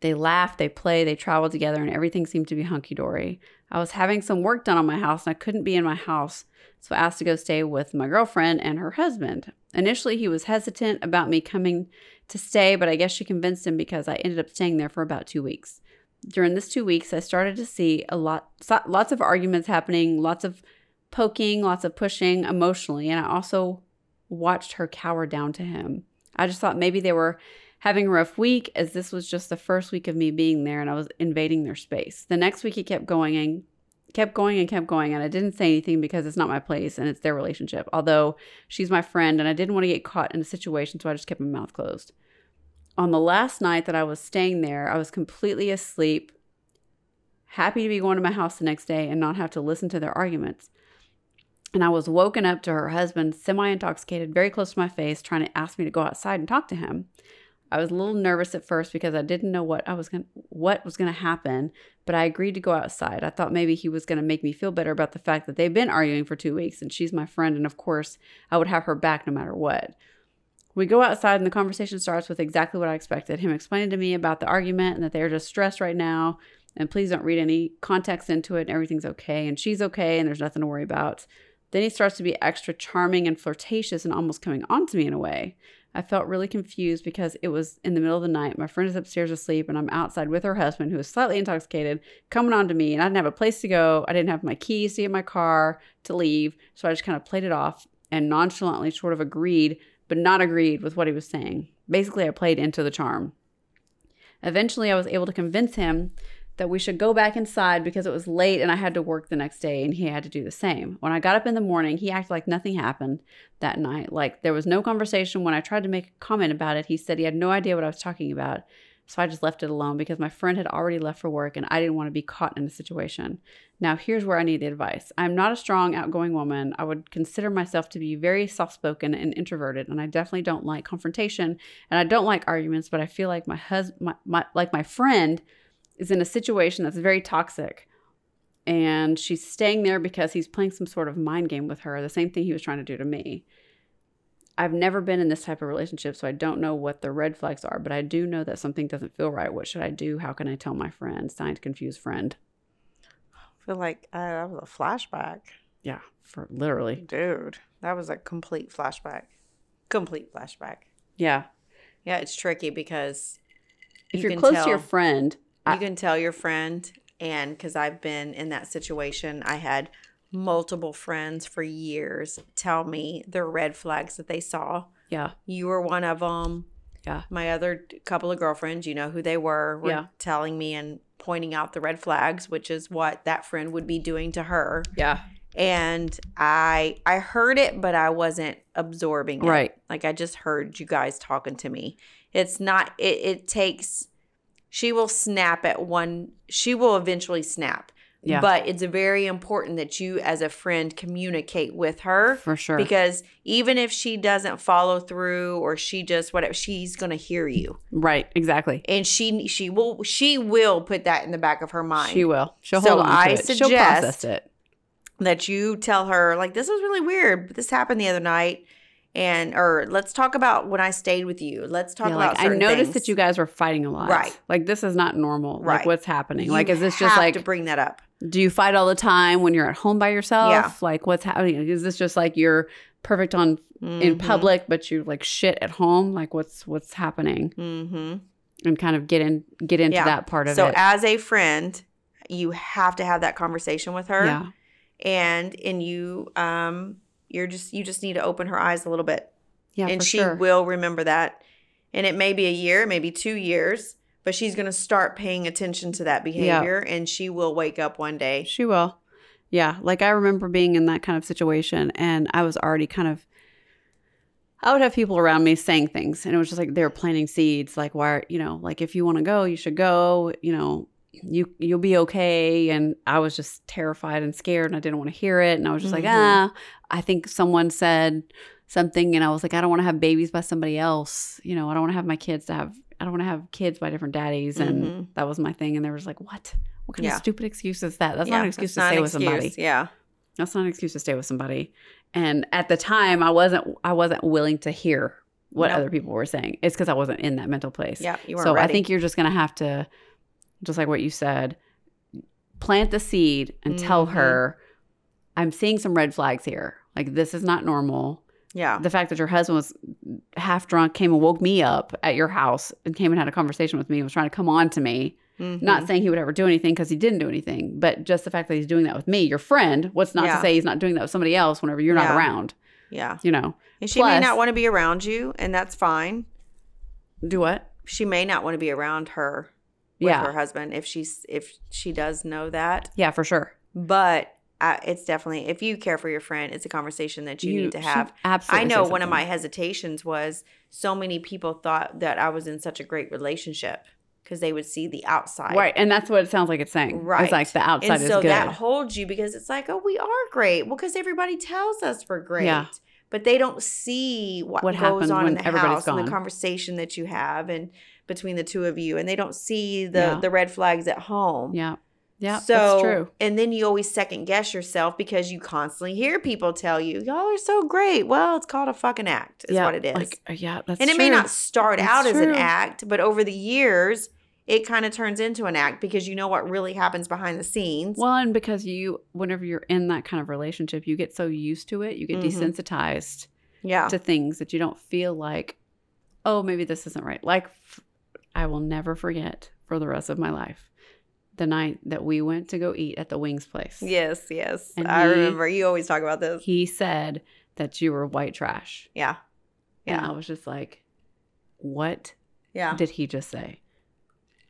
S2: They laugh, they play, they travel together, and everything seemed to be hunky dory. I was having some work done on my house and I couldn't be in my house, so I asked to go stay with my girlfriend and her husband. Initially, he was hesitant about me coming to stay, but I guess she convinced him because I ended up staying there for about two weeks. During this two weeks, I started to see a lot, so- lots of arguments happening, lots of poking, lots of pushing emotionally, and I also watched her cower down to him. I just thought maybe they were having a rough week, as this was just the first week of me being there, and I was invading their space. The next week, he kept going and kept going and kept going, and I didn't say anything because it's not my place and it's their relationship. Although she's my friend, and I didn't want to get caught in a situation, so I just kept my mouth closed on the last night that I was staying there, I was completely asleep, happy to be going to my house the next day and not have to listen to their arguments. And I was woken up to her husband, semi intoxicated, very close to my face, trying to ask me to go outside and talk to him. I was a little nervous at first because I didn't know what I was going what was going to happen, but I agreed to go outside. I thought maybe he was going to make me feel better about the fact that they've been arguing for 2 weeks and she's my friend and of course I would have her back no matter what. We go outside and the conversation starts with exactly what I expected. Him explaining to me about the argument and that they're just stressed right now and please don't read any context into it and everything's okay and she's okay and there's nothing to worry about. Then he starts to be extra charming and flirtatious and almost coming on to me in a way. I felt really confused because it was in the middle of the night. My friend is upstairs asleep and I'm outside with her husband who is slightly intoxicated coming on to me and I didn't have a place to go. I didn't have my keys to get my car to leave. So I just kind of played it off and nonchalantly sort of agreed but not agreed with what he was saying. Basically, I played into the charm. Eventually, I was able to convince him that we should go back inside because it was late and I had to work the next day and he had to do the same. When I got up in the morning, he acted like nothing happened that night. Like there was no conversation. When I tried to make a comment about it, he said he had no idea what I was talking about. So I just left it alone because my friend had already left for work and I didn't want to be caught in a situation. Now, here's where I need the advice. I'm not a strong, outgoing woman. I would consider myself to be very soft spoken and introverted, and I definitely don't like confrontation and I don't like arguments, but I feel like my husband, my, my, like my friend, is in a situation that's very toxic. And she's staying there because he's playing some sort of mind game with her, the same thing he was trying to do to me. I've never been in this type of relationship, so I don't know what the red flags are, but I do know that something doesn't feel right. What should I do? How can I tell my friend? Signed, confused friend.
S1: I feel like uh, that was a flashback.
S2: Yeah, for literally.
S1: Dude, that was a complete flashback. Complete flashback.
S2: Yeah.
S1: Yeah, it's tricky because
S2: If
S1: You
S2: you are
S1: can
S2: close to your
S1: tell.
S2: friend, I-
S1: you can tell your friend and because i've been in that situation i had multiple friends for years tell me their red flags that they saw
S2: yeah,
S1: you were one of them
S2: Yeah.
S1: my other d- couple of girlfriends you know who they were were
S2: Yeah.
S1: telling me and pointing out the red flags which is what that friend would be doing to her
S2: yeah,
S1: and i i heard it but i wasn't absorbing it
S2: right.
S1: like I just heard you guys talking to me. It's not it it takes she will snap at one she will eventually snap.
S2: Yeah,
S1: But it's very important that you as a friend communicate with her
S2: for sure.
S1: because even if she doesn't follow through or she just whatever she's going to hear you.
S2: right, exactly.
S1: And she she will she will put that in the back of her mind.
S2: She will. She'll
S1: So
S2: hold on to
S1: I
S2: it. She'll
S1: suggest-
S2: process it.
S1: that you tell her like this was really weird but this happened the other night and or let's talk about when i stayed with you let's talk
S2: Yeah,
S1: about
S2: like, I noticed that you guys were fighting a lot.
S1: Right.
S2: Like this is not normal. Like
S1: Right.
S2: what's happening? like is this just
S1: to
S2: like
S1: bring that up
S2: do you fight all the time when you're at home by yourself?
S1: Yeah.
S2: Like what's happening? Is this just like you're perfect on
S1: Mm-hmm.
S2: in public but you like shit at home? Like what's what's happening?
S1: hmm
S2: And kind of get in get into
S1: Yeah.
S2: that part of
S1: so
S2: it.
S1: as a friend you have to have that conversation with her
S2: yeah.
S1: and and you um you're just you just need to open her eyes a little bit
S2: Yeah,
S1: and
S2: for
S1: she
S2: sure.
S1: will remember that and it may be a year maybe two years but she's going to start paying attention to that behavior and she will wake up one day
S2: She will. Yeah. Like I remember being in that kind of situation and I was already kind of I would have people around me saying things and it was just like they were planting seeds, like why are- you know, like if you want to go, you should go, you know, you you'll be okay and i was just terrified and scared and i didn't want to hear it and i was just
S1: Mhm.
S2: like ah i think someone said something and i was like i don't want to have babies by somebody else you know i don't want to have my kids to have i don't want to have kids by different daddies and
S1: Mhm.
S2: that was my thing and they were just like what what kind
S1: Yeah.
S2: of stupid excuse is that that's
S1: Yeah,
S2: not an excuse to
S1: not
S2: stay
S1: an
S2: with somebody
S1: excuse. Yeah.
S2: that's not an excuse to stay with somebody and at the time i wasn't i wasn't willing to hear what
S1: Nope.
S2: other people were saying it's because i wasn't in that mental place
S1: Yeah. You weren't
S2: so
S1: ready.
S2: I think you're just gonna have to, just like what you said, plant the seed and tell
S1: Mhm.
S2: her, I'm seeing some red flags here. Like this is not normal.
S1: yeah.
S2: The fact that your husband was half drunk came and woke me up at your house and came and had a conversation with me and was trying to come on to me. Not
S1: Mhm.
S2: saying he would ever do anything because he didn't do anything, but just the fact that he's doing that with me, your friend. What's not
S1: Yeah.
S2: to say he's not doing that with somebody else whenever you're
S1: Yeah.
S2: not around.
S1: Yeah.
S2: You know,
S1: And she may
S2: Plus-
S1: not want to be around you, and that's fine.
S2: do what?
S1: She may not want to be around her with
S2: Yeah,
S1: her husband if she's if she does know that.
S2: yeah, for sure.
S1: But I, it's definitely if you care for your friend, it's a conversation that you, need to
S2: should
S1: have. I
S2: Absolutely. say
S1: know one of
S2: something.
S1: my hesitations was so many people thought that I was in such a great relationship because they would see the outside.
S2: Right, and that's what it sounds like it's saying.
S1: Right.
S2: it's like the
S1: and
S2: outside
S1: so
S2: is good.
S1: that holds you because it's like, oh, we are great. Well, because everybody tells us we're great.
S2: Yeah.
S1: But they don't see what,
S2: What
S1: goes
S2: happens
S1: on in
S2: when
S1: the house
S2: everybody's
S1: and the
S2: gone.
S1: conversation that you have and between the two of you. And they don't see the,
S2: Yeah.
S1: the red flags at home.
S2: yeah, yeah,
S1: So
S2: that's true.
S1: and then you always second guess yourself because you constantly hear people tell you, Y'all are so great. Well, it's called a fucking act, is
S2: yeah,
S1: what it is.
S2: Like, uh, yeah, that's
S1: and it may
S2: true.
S1: not start
S2: That's
S1: out as an
S2: true.
S1: act, but over the years it kind of turns into an act because you know what really happens behind the scenes.
S2: Well, and because you, whenever you're in that kind of relationship, you get so used to it, you get
S1: Mhm.
S2: desensitized
S1: yeah.
S2: to things that you don't feel like, oh, maybe this isn't right. Like, f- I will never forget for the rest of my life the night that we went to go eat at the Wings place.
S1: Yes, yes.
S2: And
S1: I
S2: he-
S1: remember you always talk about this.
S2: he said that you were white trash,
S1: yeah.
S2: and
S1: Yeah.
S2: I was just like, what
S1: Yeah.
S2: did he just say?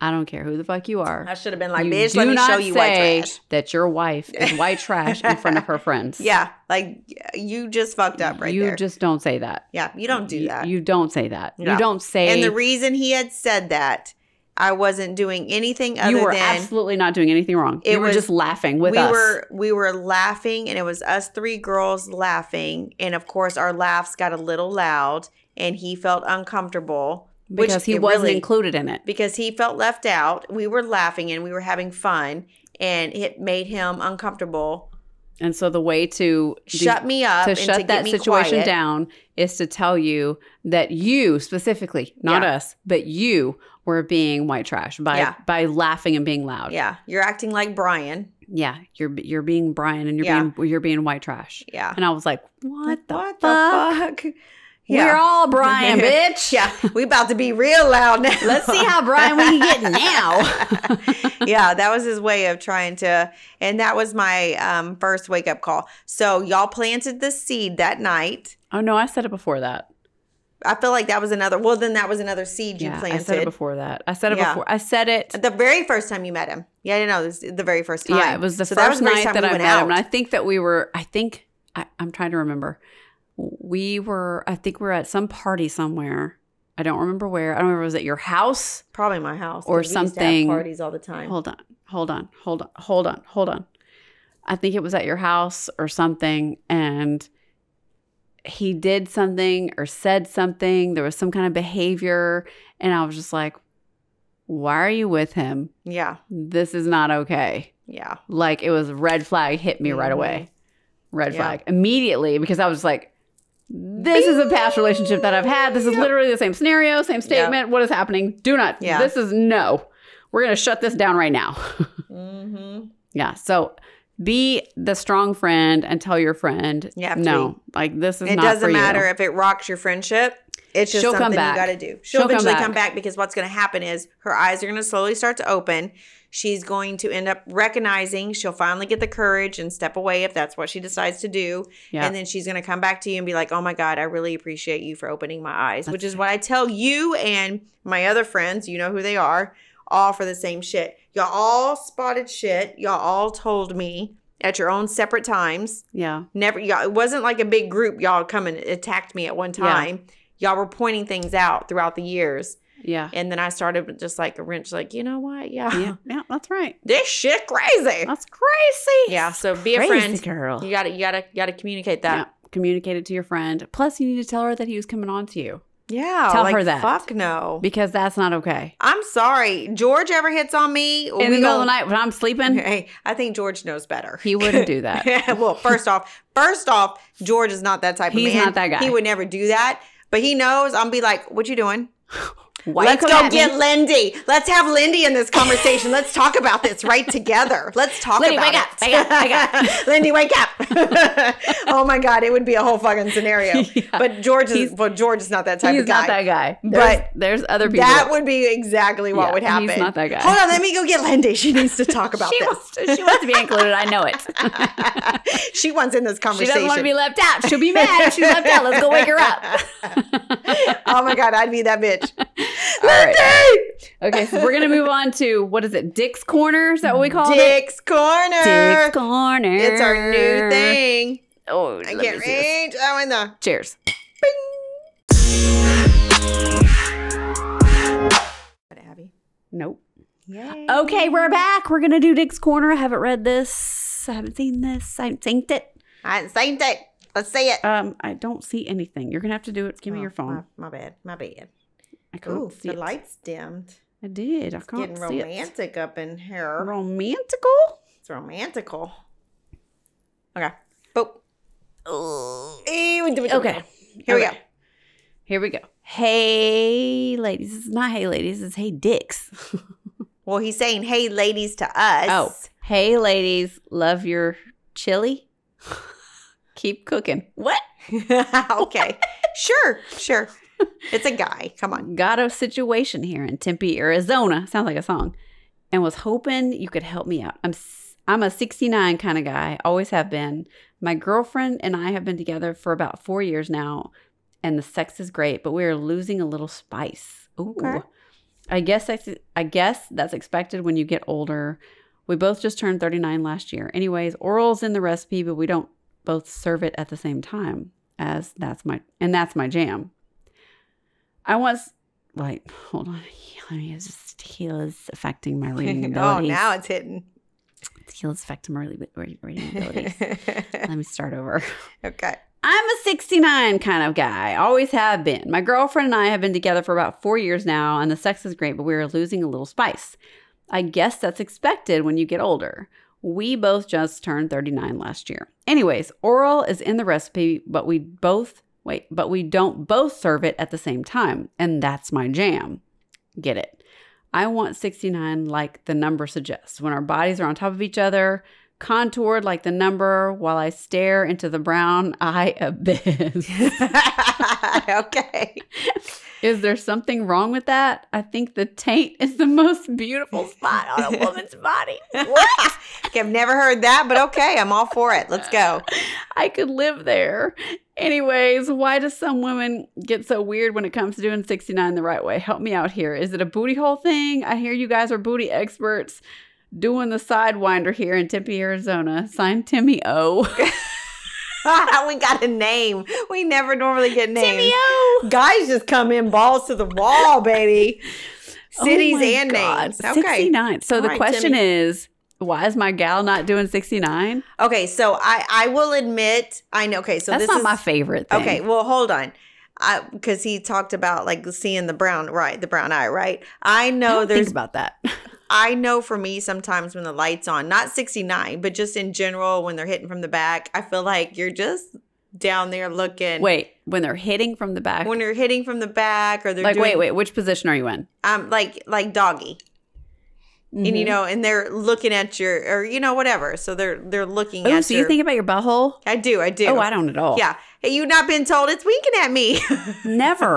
S2: I don't care who the fuck you are.
S1: I should have been like,
S2: you
S1: bitch,
S2: do
S1: let me
S2: not
S1: show you white
S2: say
S1: trash.
S2: That your wife is white trash in front of her friends.
S1: Yeah. Like you just fucked up right
S2: you
S1: there.
S2: just don't say that.
S1: yeah. You don't do
S2: You-
S1: that.
S2: You don't say that.
S1: No.
S2: You don't say.
S1: and the reason he had said that, I wasn't doing anything other
S2: you were
S1: than
S2: absolutely not doing anything wrong.
S1: It
S2: you were
S1: was-
S2: just laughing with
S1: we
S2: us.
S1: were we were laughing and it was us three girls laughing and of course our laughs got a little loud and he felt uncomfortable which
S2: because he
S1: it
S2: wasn't
S1: really-
S2: included in it.
S1: because he felt left out. We were laughing and we were having fun and it made him uncomfortable.
S2: And so the way to de-
S1: Shut me up
S2: to
S1: and
S2: shut
S1: to get
S2: that
S1: me
S2: situation
S1: quiet.
S2: down is to tell you that you specifically, not
S1: Yeah.
S2: us, but you were being white trash by
S1: Yeah.
S2: by laughing and being loud.
S1: Yeah, you're acting like Brian.
S2: Yeah, you're you're being Brian and you're
S1: Yeah.
S2: being you're being white trash.
S1: Yeah.
S2: And I was like, what
S1: Like,
S2: the fuck?
S1: fuck? Yeah.
S2: We're all Brian, bitch.
S1: yeah, we about to be real loud now.
S2: Let's see how Brian we can get now.
S1: yeah, that was his way of trying to, and that was my um, first wake up call. So y'all planted the seed that night.
S2: oh no, I said it before that.
S1: I feel like that was another. Well, then that was another seed you
S2: yeah,
S1: planted.
S2: I said it before that. I said it
S1: Yeah.
S2: before. I said it.
S1: The very first time you met him. Yeah, I know. This is the very first time.
S2: Yeah, it was the
S1: So
S2: first
S1: the
S2: night that
S1: we
S2: I
S1: went
S2: met
S1: out.
S2: him, and I think that we were. I think I, I'm trying to remember. We were. I think we were at some party somewhere. I don't remember where. I don't remember. if it Was at your house?
S1: Probably my house.
S2: Or
S1: 'cause we used to have
S2: something.
S1: parties all the time.
S2: Hold on, hold on, hold on, hold on, hold on. I think it was at your house or something, and he did something or said something. There was some kind of behavior, and I was just like, why are you with him?
S1: Yeah,
S2: This is not okay.
S1: yeah,
S2: Like it was red flag hit me right
S1: Mhm.
S2: away. Red
S1: Yeah.
S2: flag immediately because I was like, this is a past relationship that I've had. This is literally the same scenario, same statement. What is happening? Do not.
S1: Yeah.
S2: This is no. We're going to shut this down right now.
S1: mm-hmm.
S2: yeah. So be the strong friend and tell your friend,
S1: You have to
S2: no, like this is
S1: It
S2: not
S1: doesn't
S2: for you.
S1: matter if it rocks your friendship. It's just
S2: She'll come
S1: something you
S2: back.
S1: got to do. She'll,
S2: She'll come
S1: eventually come
S2: back.
S1: back. because what's going to happen is her eyes are going to slowly start to open. She's going to end up recognizing. She'll finally get the courage and step away if that's what she decides to do.
S2: Yeah.
S1: And then she's going to come back to you and be like, "Oh my god, I really appreciate you for opening my eyes," which is what I tell you and my other friends. You know who they are. All for the same shit. Y'all all spotted shit. Y'all all told me at your own separate times.
S2: yeah.
S1: Never, y'all, it wasn't like a big group. Y'all come and attacked me at one
S2: Yeah.
S1: time. Y'all were pointing things out throughout the years.
S2: Yeah.
S1: And then I started with just like a wrench, like, you know what? Yeah.
S2: Yeah. Yeah. That's right.
S1: This shit crazy.
S2: That's crazy.
S1: Yeah. So be a
S2: Crazy
S1: friend.
S2: girl.
S1: You gotta you gotta you gotta communicate that.
S2: Yeah. Communicate it to your friend. Plus, you need to tell her that he was coming on to you
S1: Yeah.
S2: Tell
S1: like,
S2: her that.
S1: Fuck no.
S2: because that's not okay.
S1: I'm sorry. George ever hits on me.
S2: In the middle of the night when I'm sleeping,
S1: Hey, I think George knows better.
S2: he wouldn't do that.
S1: well, first off, first off, George is not that type
S2: He's
S1: of man.
S2: not that guy.
S1: He would never do that. But he knows I'm be like, what you doing?
S2: Why
S1: Let's
S2: you
S1: go
S2: come at
S1: get
S2: me?
S1: Lindy. Let's have Lindy in this conversation. Let's talk about this right together. Let's talk
S2: Lindy,
S1: about
S2: wake
S1: it.
S2: up, wake up, wake up.
S1: Lindy, wake up. oh my God, it would be a whole fucking scenario.
S2: Yeah.
S1: But George is
S2: He's-
S1: well, George is not that type
S2: He's
S1: of guy.
S2: not that guy.
S1: But
S2: There's- there's other people.
S1: That would be exactly what
S2: Yeah,
S1: would
S2: he's
S1: happen.
S2: not that guy.
S1: Hold on, let me go get Lindy. She needs to talk about
S2: she
S1: this.
S2: wants to, she wants to be included. I know it.
S1: she wants in this
S2: She
S1: conversation.
S2: doesn't want to be left out. She'll be mad if she's left out. Let's go wake her up.
S1: oh my God, I'd be that bitch.
S2: All right. Okay, so we're gonna move on to what is it? Dick's Corner? Is that what we call it?
S1: Dick's Corner.
S2: Dick's Corner.
S1: It's our new thing.
S2: Oh,
S1: I
S2: let me
S1: can't
S2: see this.
S1: reach. Oh, and the
S2: Cheers.
S1: Abby.
S2: Nope.
S1: Yay.
S2: Okay, we're back. We're gonna do Dick's Corner. I haven't read this. I haven't seen this. I haven't synced it.
S1: I haven't saved it. Let's see it.
S2: Um, I don't see anything. You're gonna have to do it. Give me
S1: Oh,
S2: your phone.
S1: My, my bad. My bad.
S2: I can't
S1: Ooh,
S2: see
S1: the
S2: it.
S1: lights dimmed.
S2: I did. I can't
S1: Getting
S2: see it.
S1: romantic up in here.
S2: Romantical?
S1: It's romantical. Okay. Boop. Ew,
S2: Okay.
S1: Here we
S2: Okay. Here we go. Hey, ladies. This is not hey, ladies. It's hey, dicks.
S1: go. Well, he's saying, hey, ladies, to us.
S2: Oh, hey, ladies. Love your chili. Keep cooking. What? Oh.
S1: okay. sure. Sure. It's a guy. Come on.
S2: Got a situation here in Tempe, Arizona. Sounds like a song. And was hoping you could help me out. I'm s- I'm a 69 kind of guy. Always have been. My girlfriend and I have been together for about 4 years now, and the sex is great, but we are losing a little spice. Ooh.
S1: Okay.
S2: I guess that's, I guess that's expected when you get older. We both just turned 39 last year. Anyways, oral's in the recipe, but we don't both serve it at the same time as that's my and that's my jam. I was like, hold on, let me just heal is affecting my reading
S1: oh,
S2: abilities.
S1: now it's hitting.
S2: heal is affecting my re- re- reading abilities. let me start over.
S1: okay.
S2: I'm a 69 kind of guy. Always have been. My girlfriend and I have been together for about four years now, and the sex is great, but we are losing a little spice. I guess that's expected when you get older. We both just turned 39 last year. Anyways, oral is in the recipe, but we both wait, but we don't both serve it at the same time, and that's my jam. Get it? I want 69 like the number suggests. When our bodies are on top of each other, contoured like the number while I stare into the brown eye abyss.
S1: okay.
S2: is there something wrong with that? I think the taint is the most beautiful spot on a woman's body.
S1: What? okay. I've never heard that, but okay. I'm all for it. Let's go.
S2: I could live there. Anyways, why do some women get so weird when it comes to doing 69 the right way? Help me out here. Is it a booty hole thing? I hear you guys are booty experts doing the sidewinder here in Tempe, Arizona. Signed Timmy O.
S1: we got a name. We never normally get names.
S2: Timmy O.
S1: Guys just come in balls to the wall, baby. Cities
S2: Oh my
S1: and
S2: God.
S1: names. Okay.
S2: 69. So
S1: All
S2: the
S1: right,
S2: question
S1: Timmy.
S2: is, why is my gal not doing 69?
S1: Okay. So I, I will admit, I know. Okay. So
S2: That's
S1: this
S2: not
S1: is,
S2: my favorite thing.
S1: Okay, well, hold on. I because he talked about like seeing the brown right, the brown eye, right? I
S2: I
S1: know
S2: don't think
S1: there's
S2: about that.
S1: I know for me sometimes when the lights on, not 69, but just in general when they're hitting from the back, I feel like you're just down there looking.
S2: Wait, when they're hitting from the back.
S1: When you're hitting from the back or they're
S2: like,
S1: doing,
S2: wait, wait, which position are you in?
S1: um like like doggy. And you
S2: Mhm.
S1: know, and they're looking at your or you know whatever. So they're they're looking
S2: oh,
S1: at
S2: so
S1: your,
S2: you think about your butthole?
S1: I do, I do.
S2: Oh, I don't at all.
S1: Yeah. Hey, you not been told it's winking at me.
S2: Never.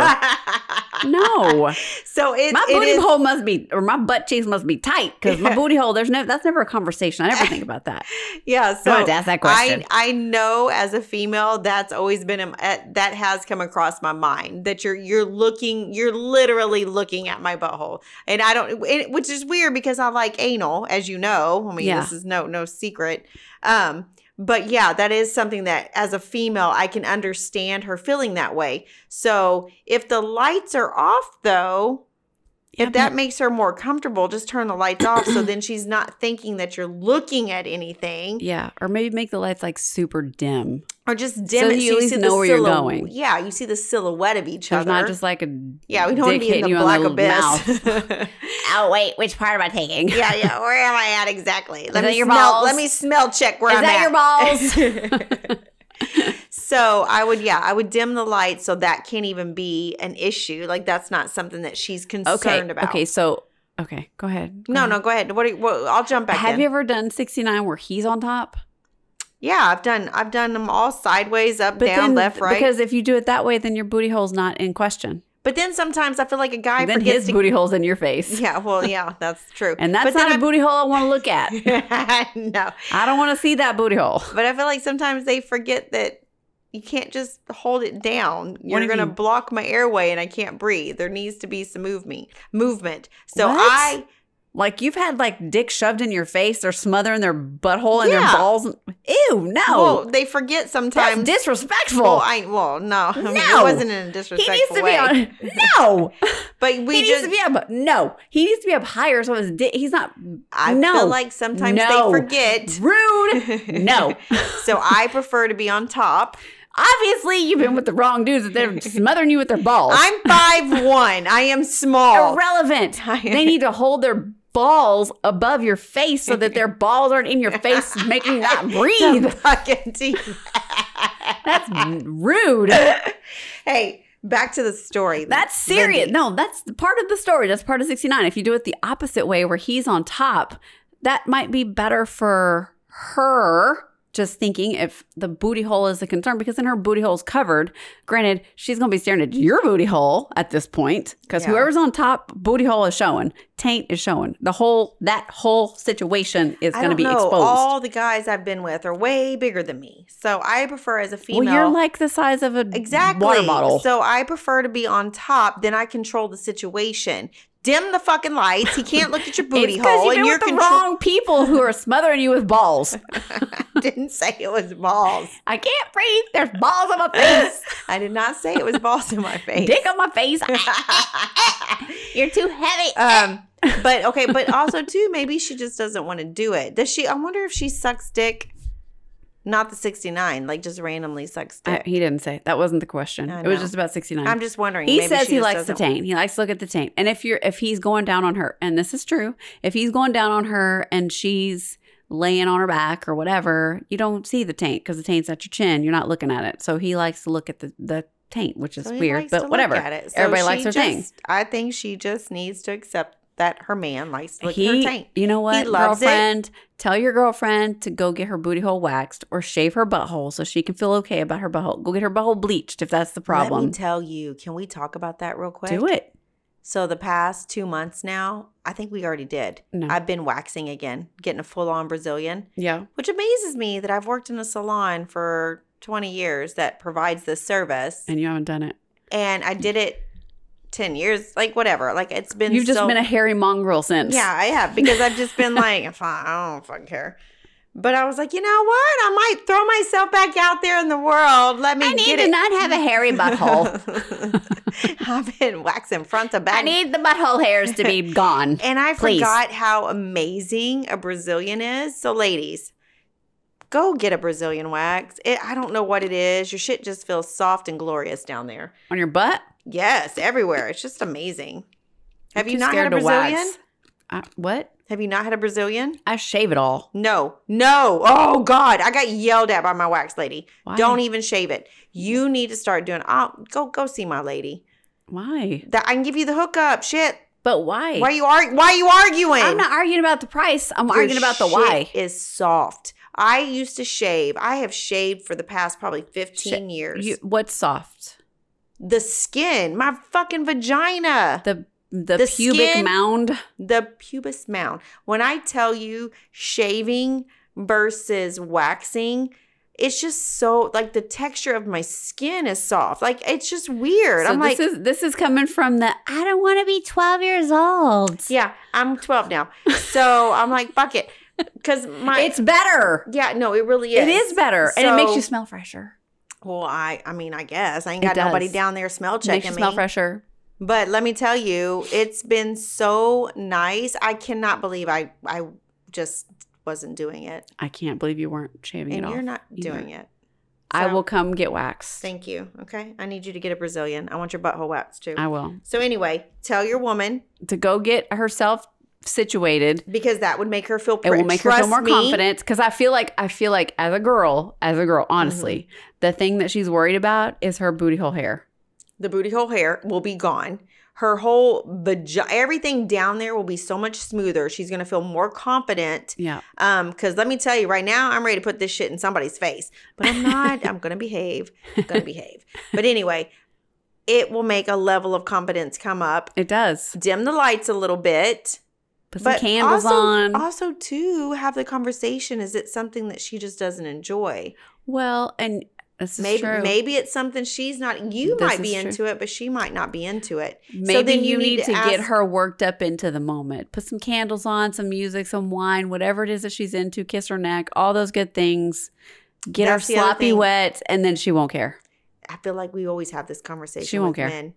S2: no.
S1: so it's
S2: My
S1: it
S2: booty
S1: is-
S2: hole must be, or my butt cheeks must be tight because my booty hole, there's no, that's never a conversation. I never think about that.
S1: Yeah, so
S2: So, I wanted to ask that question.
S1: I I know as a female that's always been a, at- that has come across my mind that you're you're looking you're literally looking at my butthole and I don't and, which is weird because I like anal as you know I mean
S2: Yeah.
S1: this is no no secret um but yeah that is something that as a female I can understand her feeling that way so if the lights are off though
S2: Yeah,
S1: if that makes her more comfortable, just turn the lights off so then she's not thinking that you're looking at anything
S2: Yeah, or maybe make the lights like super dim.
S1: or just dim it
S2: you
S1: so
S2: at least
S1: see
S2: know
S1: the
S2: where you're
S1: silhou-
S2: going.
S1: Yeah, you see the silhouette of each
S2: There's
S1: other.
S2: not just like a
S1: yeah, we don't want
S2: dick
S1: to be in
S2: hitting
S1: the
S2: you on
S1: black
S2: mouth.
S1: abyss.
S2: oh wait, which part am I taking?
S1: yeah, yeah. Where am I at exactly? Let
S2: that
S1: me
S2: your
S1: smell.
S2: balls?
S1: Let me smell check where
S2: Is
S1: I'm
S2: that your
S1: at. balls? so I would, yeah, I would dim the light so that can't even be an issue. Like that's not something that she's concerned
S2: okay.
S1: about.
S2: Okay, so okay, go ahead. Go
S1: No,
S2: ahead.
S1: no. Go ahead. What? Are you, well, I'll jump back.
S2: Have
S1: in.
S2: you ever done 69 where he's on top?
S1: Yeah, I've done. I've done them all sideways, up, down,
S2: then-
S1: left, right.
S2: Because if you do it that way, then your booty hole's not in question.
S1: but then sometimes I feel like a guy
S2: then
S1: forgets
S2: his
S1: to.
S2: booty hole's in your face.
S1: Yeah. Well, yeah, that's true.
S2: And that's
S1: but
S2: not a
S1: then
S2: booty hole I want to look at.
S1: I- no.
S2: I don't want to see that booty hole.
S1: But I feel like sometimes they forget that you can't just hold it down.
S2: What
S1: You're
S2: if
S1: going to
S2: you-
S1: block my airway and I can't breathe. There needs to be some movement. Movement. So
S2: What?
S1: I
S2: Like you've had like dick shoved in your face, they're smothering their butthole and
S1: Yeah.
S2: their balls. Ew, no.
S1: well, they forget
S2: that's
S1: sometimes.
S2: disrespectful.
S1: well, I well, no. I mean,
S2: No.
S1: it wasn't in a
S2: he
S1: disrespectful
S2: needs to
S1: way.
S2: be on No.
S1: But we
S2: he
S1: just
S2: needs to be up no. He needs to be up higher so his dick he's not
S1: I
S2: no.
S1: feel like sometimes
S2: No.
S1: they forget.
S2: rude. No.
S1: so I prefer to be on top.
S2: Obviously you've been with the wrong dudes that they're smothering you with their balls.
S1: I'm five one. I am small.
S2: irrelevant. They need to hold their balls above your face so that their balls aren't in your face, making you not breathe.
S1: Fucking teeth.
S2: That's rude.
S1: Hey, back to the story.
S2: That's serious.
S1: Lindy.
S2: No, that's part of the story. That's part of 69. If you do it the opposite way where he's on top, that might be better for her. Just thinking if the booty hole is a concern because then her booty hole's covered. Granted, she's gonna be staring at your booty hole at this point because
S1: Yeah.
S2: whoever's on top, booty hole is showing, taint is showing. The whole that whole situation is
S1: I
S2: gonna
S1: don't
S2: be
S1: know.
S2: exposed.
S1: All the guys I've been with are way bigger than me, so I prefer as a female.
S2: well, you're like the size of a
S1: exactly
S2: water bottle.
S1: So I prefer to be on top. Then I control the situation. Dim the fucking lights. He can't look at your booty
S2: It's 'cause
S1: hole,
S2: you've been
S1: and you're
S2: with the
S1: control-
S2: wrong people who are smothering you with balls.
S1: Didn't say it was balls.
S2: I can't breathe. There's balls on my face.
S1: I did not say it was balls in my face.
S2: Dick on my face. You're too heavy.
S1: um, but okay, but also too, maybe she just doesn't want to do it. Does she? I wonder if she sucks dick. Not the sixty nine, like just randomly sucks dick.
S2: he didn't say. That wasn't the question.
S1: I
S2: It was
S1: know.
S2: just about 69.
S1: I'm just wondering.
S2: he
S1: maybe
S2: says
S1: she
S2: he
S1: just
S2: likes the
S1: doesn't-
S2: taint. He likes to look at the taint. And if you're if he's going down on her, and this is true, if he's going down on her and she's laying on her back or whatever, you don't see the taint because the taint's at your chin. You're not looking at it. So he likes to look at the the taint, which is
S1: So he
S2: weird,
S1: likes to
S2: but
S1: look
S2: whatever.
S1: at it. So
S2: Everybody likes
S1: she
S2: their taint.
S1: just- I think she just needs to accept that her man likes to look
S2: he,
S1: at her taint.
S2: You know what,
S1: loves it.
S2: girlfriend? Tell your girlfriend to go get her booty hole waxed or shave her butthole so she can feel okay about her butthole. Go get her butthole bleached if that's the
S1: Let me
S2: problem.
S1: tell you. Can we talk about that real quick?
S2: Do it.
S1: So the past two months now, I think we already did.
S2: No.
S1: I've been waxing again, getting a full on Brazilian,
S2: Yeah.
S1: which amazes me that I've worked in a salon for 20 years that provides this service, and,
S2: And you haven't done it.
S1: I did it 10 years, like whatever. Like it's been
S2: You've just
S1: so-
S2: been a hairy mongrel since.
S1: Yeah, I have because I've just been like, fine, I don't fucking care. But I was like, you know what? I might throw myself back out there in the world. Let me
S2: I need
S1: get
S2: to
S1: it.
S2: not have a hairy butthole.
S1: I've been waxing front to back.
S2: I need the butthole hairs to be gone.
S1: and I
S2: Please.
S1: forgot how amazing a Brazilian is. So, ladies, go get a Brazilian wax. It, I don't know what it is. Your shit just feels soft and glorious down there.
S2: On your butt?
S1: Yes, everywhere. It's just amazing. Have
S2: I'm
S1: you
S2: too
S1: not had a
S2: scared to wax.
S1: Brazilian?
S2: I, what?
S1: Have you not had a Brazilian?
S2: I shave it all.
S1: No, no. Oh God, I got yelled at by my wax lady.
S2: Why?
S1: Don't even shave it. You need to start doing. Oh, go go see my lady.
S2: Why?
S1: That I can give you the hookup. Shit.
S2: But why?
S1: Why you are Why you arguing?
S2: I'm not arguing about the price. I'm
S1: Your
S2: arguing about the
S1: shit
S2: why.
S1: Is soft. I used to shave. I have shaved for the past probably 15 years.
S2: You, what's soft?
S1: the skin, my fucking vagina,
S2: the the,
S1: The
S2: pubic
S1: skin-
S2: mound.
S1: the pubis mound. When I tell you shaving versus waxing, it's just so like the texture of my skin is soft. Like it's just weird.
S2: So
S1: I'm like,
S2: this is this is coming from the I don't want to be 12 years old.
S1: yeah, I'm 12 now. So I'm like, fuck it. Cause my
S2: It's better.
S1: yeah, no, it really is.
S2: It is better, and it makes
S1: So-
S2: you smell fresher.
S1: Well, I I mean, I guess I ain't
S2: It
S1: got nobody
S2: does.
S1: down there smell
S2: It makes
S1: checking
S2: you
S1: me.
S2: smell fresher.
S1: But let me tell you, it's been so nice. I cannot believe I I just wasn't doing it,
S2: I can't believe you weren't shaving
S1: and
S2: it
S1: you're
S2: off.
S1: not
S2: either.
S1: doing it.
S2: I
S1: so-
S2: will come get waxed.
S1: Thank you. Okay, I need you to get a Brazilian. I want your butthole waxed too.
S2: I will
S1: so anyway, tell your woman
S2: to go get herself situated.
S1: because that would make her feel.
S2: It
S1: pr-
S2: will make her feel
S1: trust
S2: more
S1: me,
S2: confident because I feel like I feel like as a girl, as a girl, honestly,
S1: Mm-hmm.
S2: the thing that she's worried about is her booty hole hair.
S1: The booty hole hair will be gone. Her whole vagina, everything down there will be so much smoother. She's gonna feel more confident
S2: Yeah,
S1: Um, because let me tell you right now, I'm ready to put this shit in somebody's face, but I'm not. I'm gonna behave. I'm gonna behave. But anyway, it will make a level of confidence come up.
S2: it does.
S1: Dim the lights a little bit.
S2: Put some
S1: but
S2: candles
S1: also,
S2: on.
S1: Also, too, have the conversation. Is it something that she just doesn't enjoy?
S2: well, and this is
S1: Maybe
S2: true.
S1: maybe it's something she's not you
S2: This
S1: might
S2: is
S1: be
S2: true.
S1: into it, but she might not be into it.
S2: Maybe
S1: then
S2: you,
S1: you
S2: need,
S1: need to
S2: to, get
S1: ask-
S2: her worked up into the moment. Put some candles on, some music, some wine, whatever it is that she's into, kiss her neck, all those good things. Get
S1: That's
S2: her
S1: the other
S2: sloppy
S1: thing.
S2: wet, and then she won't care.
S1: I feel like we always have this conversation
S2: She won't
S1: with
S2: care.
S1: men.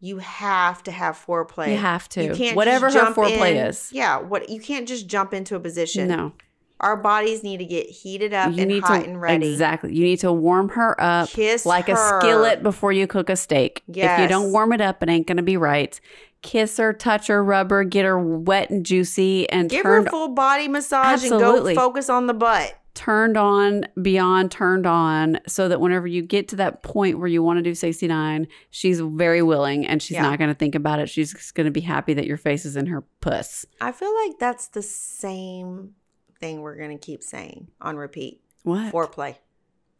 S1: You have to have foreplay.
S2: You have to.
S1: You can't just
S2: whatever her
S1: jump
S2: foreplay
S1: in-
S2: is.
S1: Yeah, what you can't just jump into a position.
S2: No,
S1: Our bodies need to get heated up
S2: you
S1: and
S2: need
S1: hot
S2: to
S1: and ready.
S2: exactly. You need to warm her up
S1: Kiss
S2: like a
S1: her.
S2: skillet before you cook a steak. If you
S1: Yes.
S2: don't warm it up, it ain't gonna be right. Kiss her, touch her, rub her, get her wet and juicy, and
S1: Give
S2: turned
S1: her full body massage
S2: Absolutely.
S1: and go focus on the butt.
S2: turned on beyond turned on so that whenever you get to that point where you want to do 69 she's very willing and she's
S1: Yeah.
S2: not going to think about it she's just going to be happy that your face is in her puss
S1: I feel like that's the same thing we're going to keep saying on repeat.
S2: what
S1: Foreplay.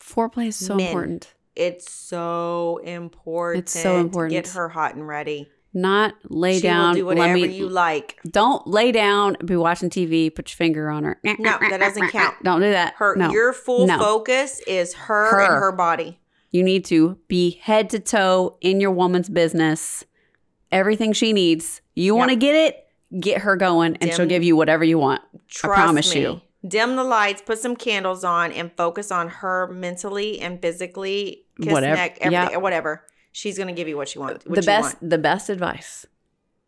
S2: foreplay is so
S1: Men.
S2: important
S1: It's so important.
S2: important.
S1: Get her hot and ready.
S2: not lay
S1: she
S2: down
S1: will do
S2: let
S1: whatever
S2: me
S1: you like.
S2: don't lay down be watching tv put your finger on her no
S1: that doesn't count.
S2: don't do that
S1: Her
S2: no.
S1: your full
S2: No.
S1: focus is her,
S2: Her.
S1: and her body.
S2: You need to be head to toe in your woman's business. Everything she needs. You
S1: Yep.
S2: want to get it, get her going, and
S1: Dim-
S2: she'll give you whatever you want.
S1: Trust
S2: promise
S1: me.
S2: you.
S1: Dim the lights, put some candles on, and focus on her mentally and physically. Kiss
S2: Whatever.
S1: neck, everything,
S2: Yeah.
S1: whatever. She's gonna give you what you want. What
S2: the
S1: you
S2: best
S1: want.
S2: the best advice.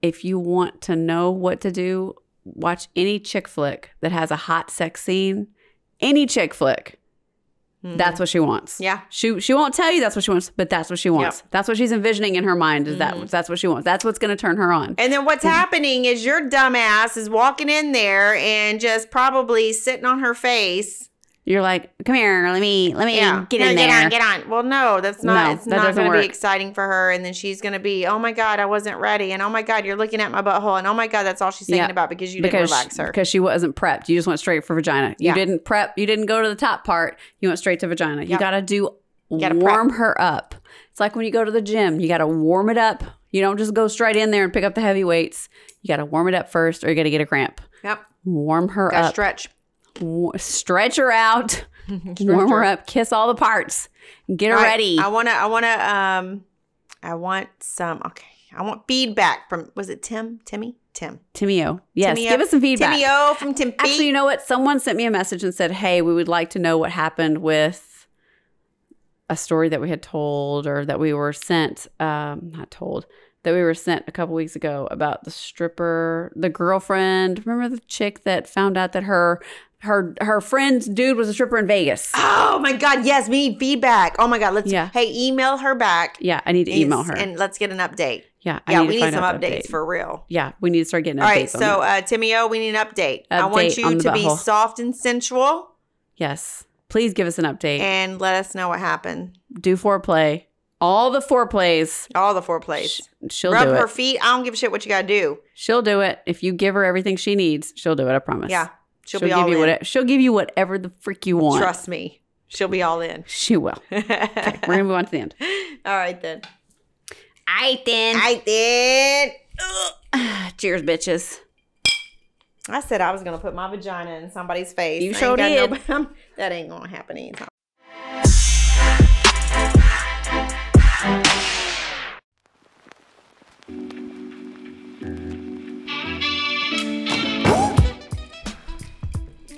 S2: If you want to know what to do, watch any chick flick that has a hot sex scene. Any chick flick.
S1: Mhm.
S2: That's what she wants.
S1: yeah.
S2: She she won't tell you that's what she wants, but that's what she wants. That's what she's envisioning in her mind is
S1: Mm-hmm.
S2: that that's what she wants. That's what's going to turn her on.
S1: And then what's
S2: Mm-hmm.
S1: happening is your dumbass is walking in there and just probably sitting on her face.
S2: You're like, "Come here, let me let me
S1: Yeah,
S2: get
S1: No,
S2: in
S1: get
S2: there."
S1: on, get on. Well, no, that's not.
S2: No,
S1: it's
S2: that
S1: not
S2: doesn't
S1: going to
S2: work.
S1: be exciting for her. And then she's going to be, oh my god, I wasn't ready, and oh my god, you're looking at my butthole, and oh my god, that's all she's thinking
S2: Yeah,
S1: about because you didn't
S2: because
S1: relax her.
S2: because she wasn't prepped. You just went straight for vagina. You
S1: Yeah.
S2: didn't prep. You didn't go to the top part. You went straight to vagina. You
S1: Yep.
S2: got to do
S1: gotta
S2: warm her up. It's like when you go to the gym. You got to warm it up. You don't just go straight in there and pick up the heavy weights. You got to warm it up first, or you got to get a cramp.
S1: Yep,
S2: Warm her
S1: got to
S2: up.
S1: stretch.
S2: Wa- stretch her out. warm her up. Kiss all the parts. Get her
S1: All right,
S2: ready.
S1: I want to. I want to. Um, I want some. Okay, I want feedback from. Was it Tim? Timmy? Tim?
S2: Timio. Yes.
S1: Timmy O-
S2: give us some feedback.
S1: Timmy O from Tim.
S2: Actually, you
S1: Feet.
S2: know what? Someone sent me a message and said, "Hey, we would like to know what happened with a story that we had told or that we were sent, um, not told, that we were sent a couple weeks ago about the stripper, the girlfriend. Remember the chick that found out that her her her friend's dude was a stripper in Vegas?
S1: Oh my God! Yes, we need feedback. Oh my God! Let's.
S2: Yeah.
S1: Hey, email her back.
S2: Yeah, I need to
S1: and-
S2: email her.
S1: and let's get an update.
S2: yeah, I
S1: Yeah, we need
S2: find
S1: some
S2: out the
S1: updates
S2: update.
S1: for real.
S2: Yeah, we need to start getting updates.
S1: All right,
S2: on
S1: so
S2: that.
S1: uh, Timmy O, we need an update. I want
S2: Update on
S1: you
S2: the
S1: to be
S2: butthole.
S1: soft and sensual,
S2: yes, please give us an update.
S1: and let us know what happened.
S2: do foreplay, all the foreplays.
S1: All the foreplays.
S2: She'll
S1: Rub
S2: do it.
S1: her feet. I don't give a shit what you gotta do.
S2: She'll do it if you give her everything she needs. She'll do it. I promise.
S1: Yeah, she'll,
S2: she'll,
S1: be
S2: give
S1: all
S2: you
S1: in.
S2: whatever. She'll give you whatever the freak you want.
S1: Trust me, she'll be all in.
S2: She will. Okay, we're gonna move on to the end.
S1: All right then.
S2: I then.
S1: I did.
S2: Cheers, bitches.
S1: I said I was gonna put my vagina in somebody's face.
S2: You
S1: I ain't
S2: sure
S1: got
S2: did.
S1: no- that ain't gonna happen anytime.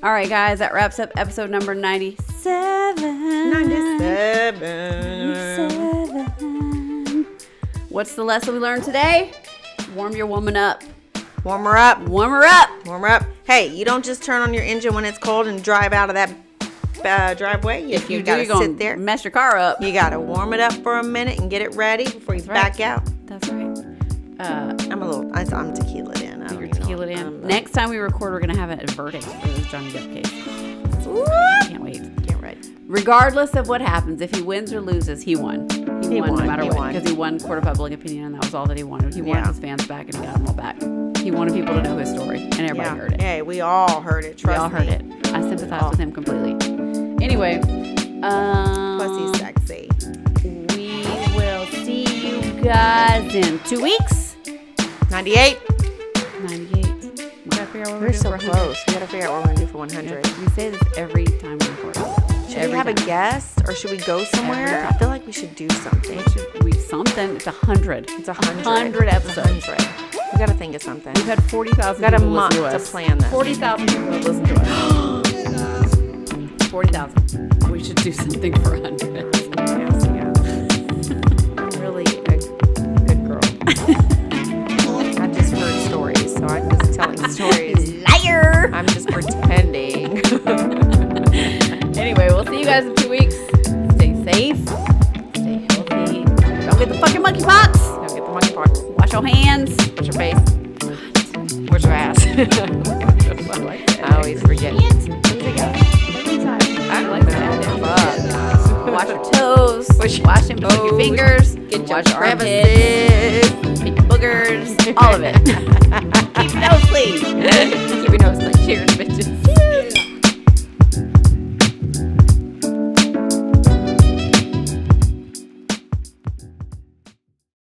S2: All right, guys, that wraps up episode number ninety-seven.
S1: Ninety-seven.
S2: Seven. What's the lesson we learned today? Warm your woman up.
S1: Warm her up.
S2: Warm her up.
S1: Warm her up. Hey, you don't just turn on your engine when it's cold and drive out of that uh, driveway. You,
S2: If you,
S1: you
S2: do,
S1: gotta
S2: you're gonna
S1: sit there.
S2: mess your car up.
S1: You gotta warm it up for a minute and get it ready before you
S2: right.
S1: back out.
S2: That's right. Uh,
S1: I'm a little. I, I'm tequila in. I don't
S2: your
S1: even know.
S2: tequila in.
S1: I'm, uh,
S2: Next time we record, we're gonna have a verdict for this Johnny Depp case.
S1: Whoop.
S2: Can't wait.
S1: Get ready.
S2: Regardless of what happens, if he wins or loses, he won. He,
S1: He
S2: won, no
S1: won,
S2: matter
S1: he
S2: what
S1: won.
S2: because he won court of public opinion, and that was all that he wanted. He wanted
S1: Yeah.
S2: his fans back, and he got them all back. He wanted people to know his story, and everybody
S1: yeah.
S2: heard it.
S1: Hey, we all heard it.
S2: we
S1: Trust
S2: all heard
S1: me. Oh.
S2: it. I sympathize
S1: all.
S2: with him completely. Anyway, um,
S1: Plus, he's sexy.
S2: we will see you guys in two weeks.
S1: 98.
S2: 98. We gotta figure out what
S1: We're
S2: doing
S1: so
S2: for 100.
S1: close. We gotta figure out what we're gonna do for 100.
S2: We say this every time we record.
S1: Should
S2: every
S1: we have
S2: time.
S1: a guest or should we go somewhere?
S2: time.
S1: I feel like we should do something.
S2: We something. It's a hundred.
S1: It's a hundred. It's a
S2: episodes.
S1: hundred. We gotta think of something.
S2: We've had forty thousand.
S1: Got a
S2: people
S1: month
S2: listen
S1: to
S2: us.
S1: plan this.
S2: Forty thousand people have listened to us. Forty thousand. We should do something for a hundred.
S1: Yes, yeah. I'm really a good girl. I just heard stories, so I'm just telling stories.
S2: Liar.
S1: I'm just pretending.
S2: Anyway, we'll see you guys in two weeks. Stay safe. Stay healthy. Don't get the fucking monkeypox.
S1: Don't get the monkeypox.
S2: Wash your hands.
S1: What's your face? What's your ass? I always forget.
S2: I like that. Wash your toes. Wash, them. Your
S1: toes.
S2: fingers.
S1: Get your
S2: wash your armpits.
S1: crevices.
S2: Pick your boogers. All of it.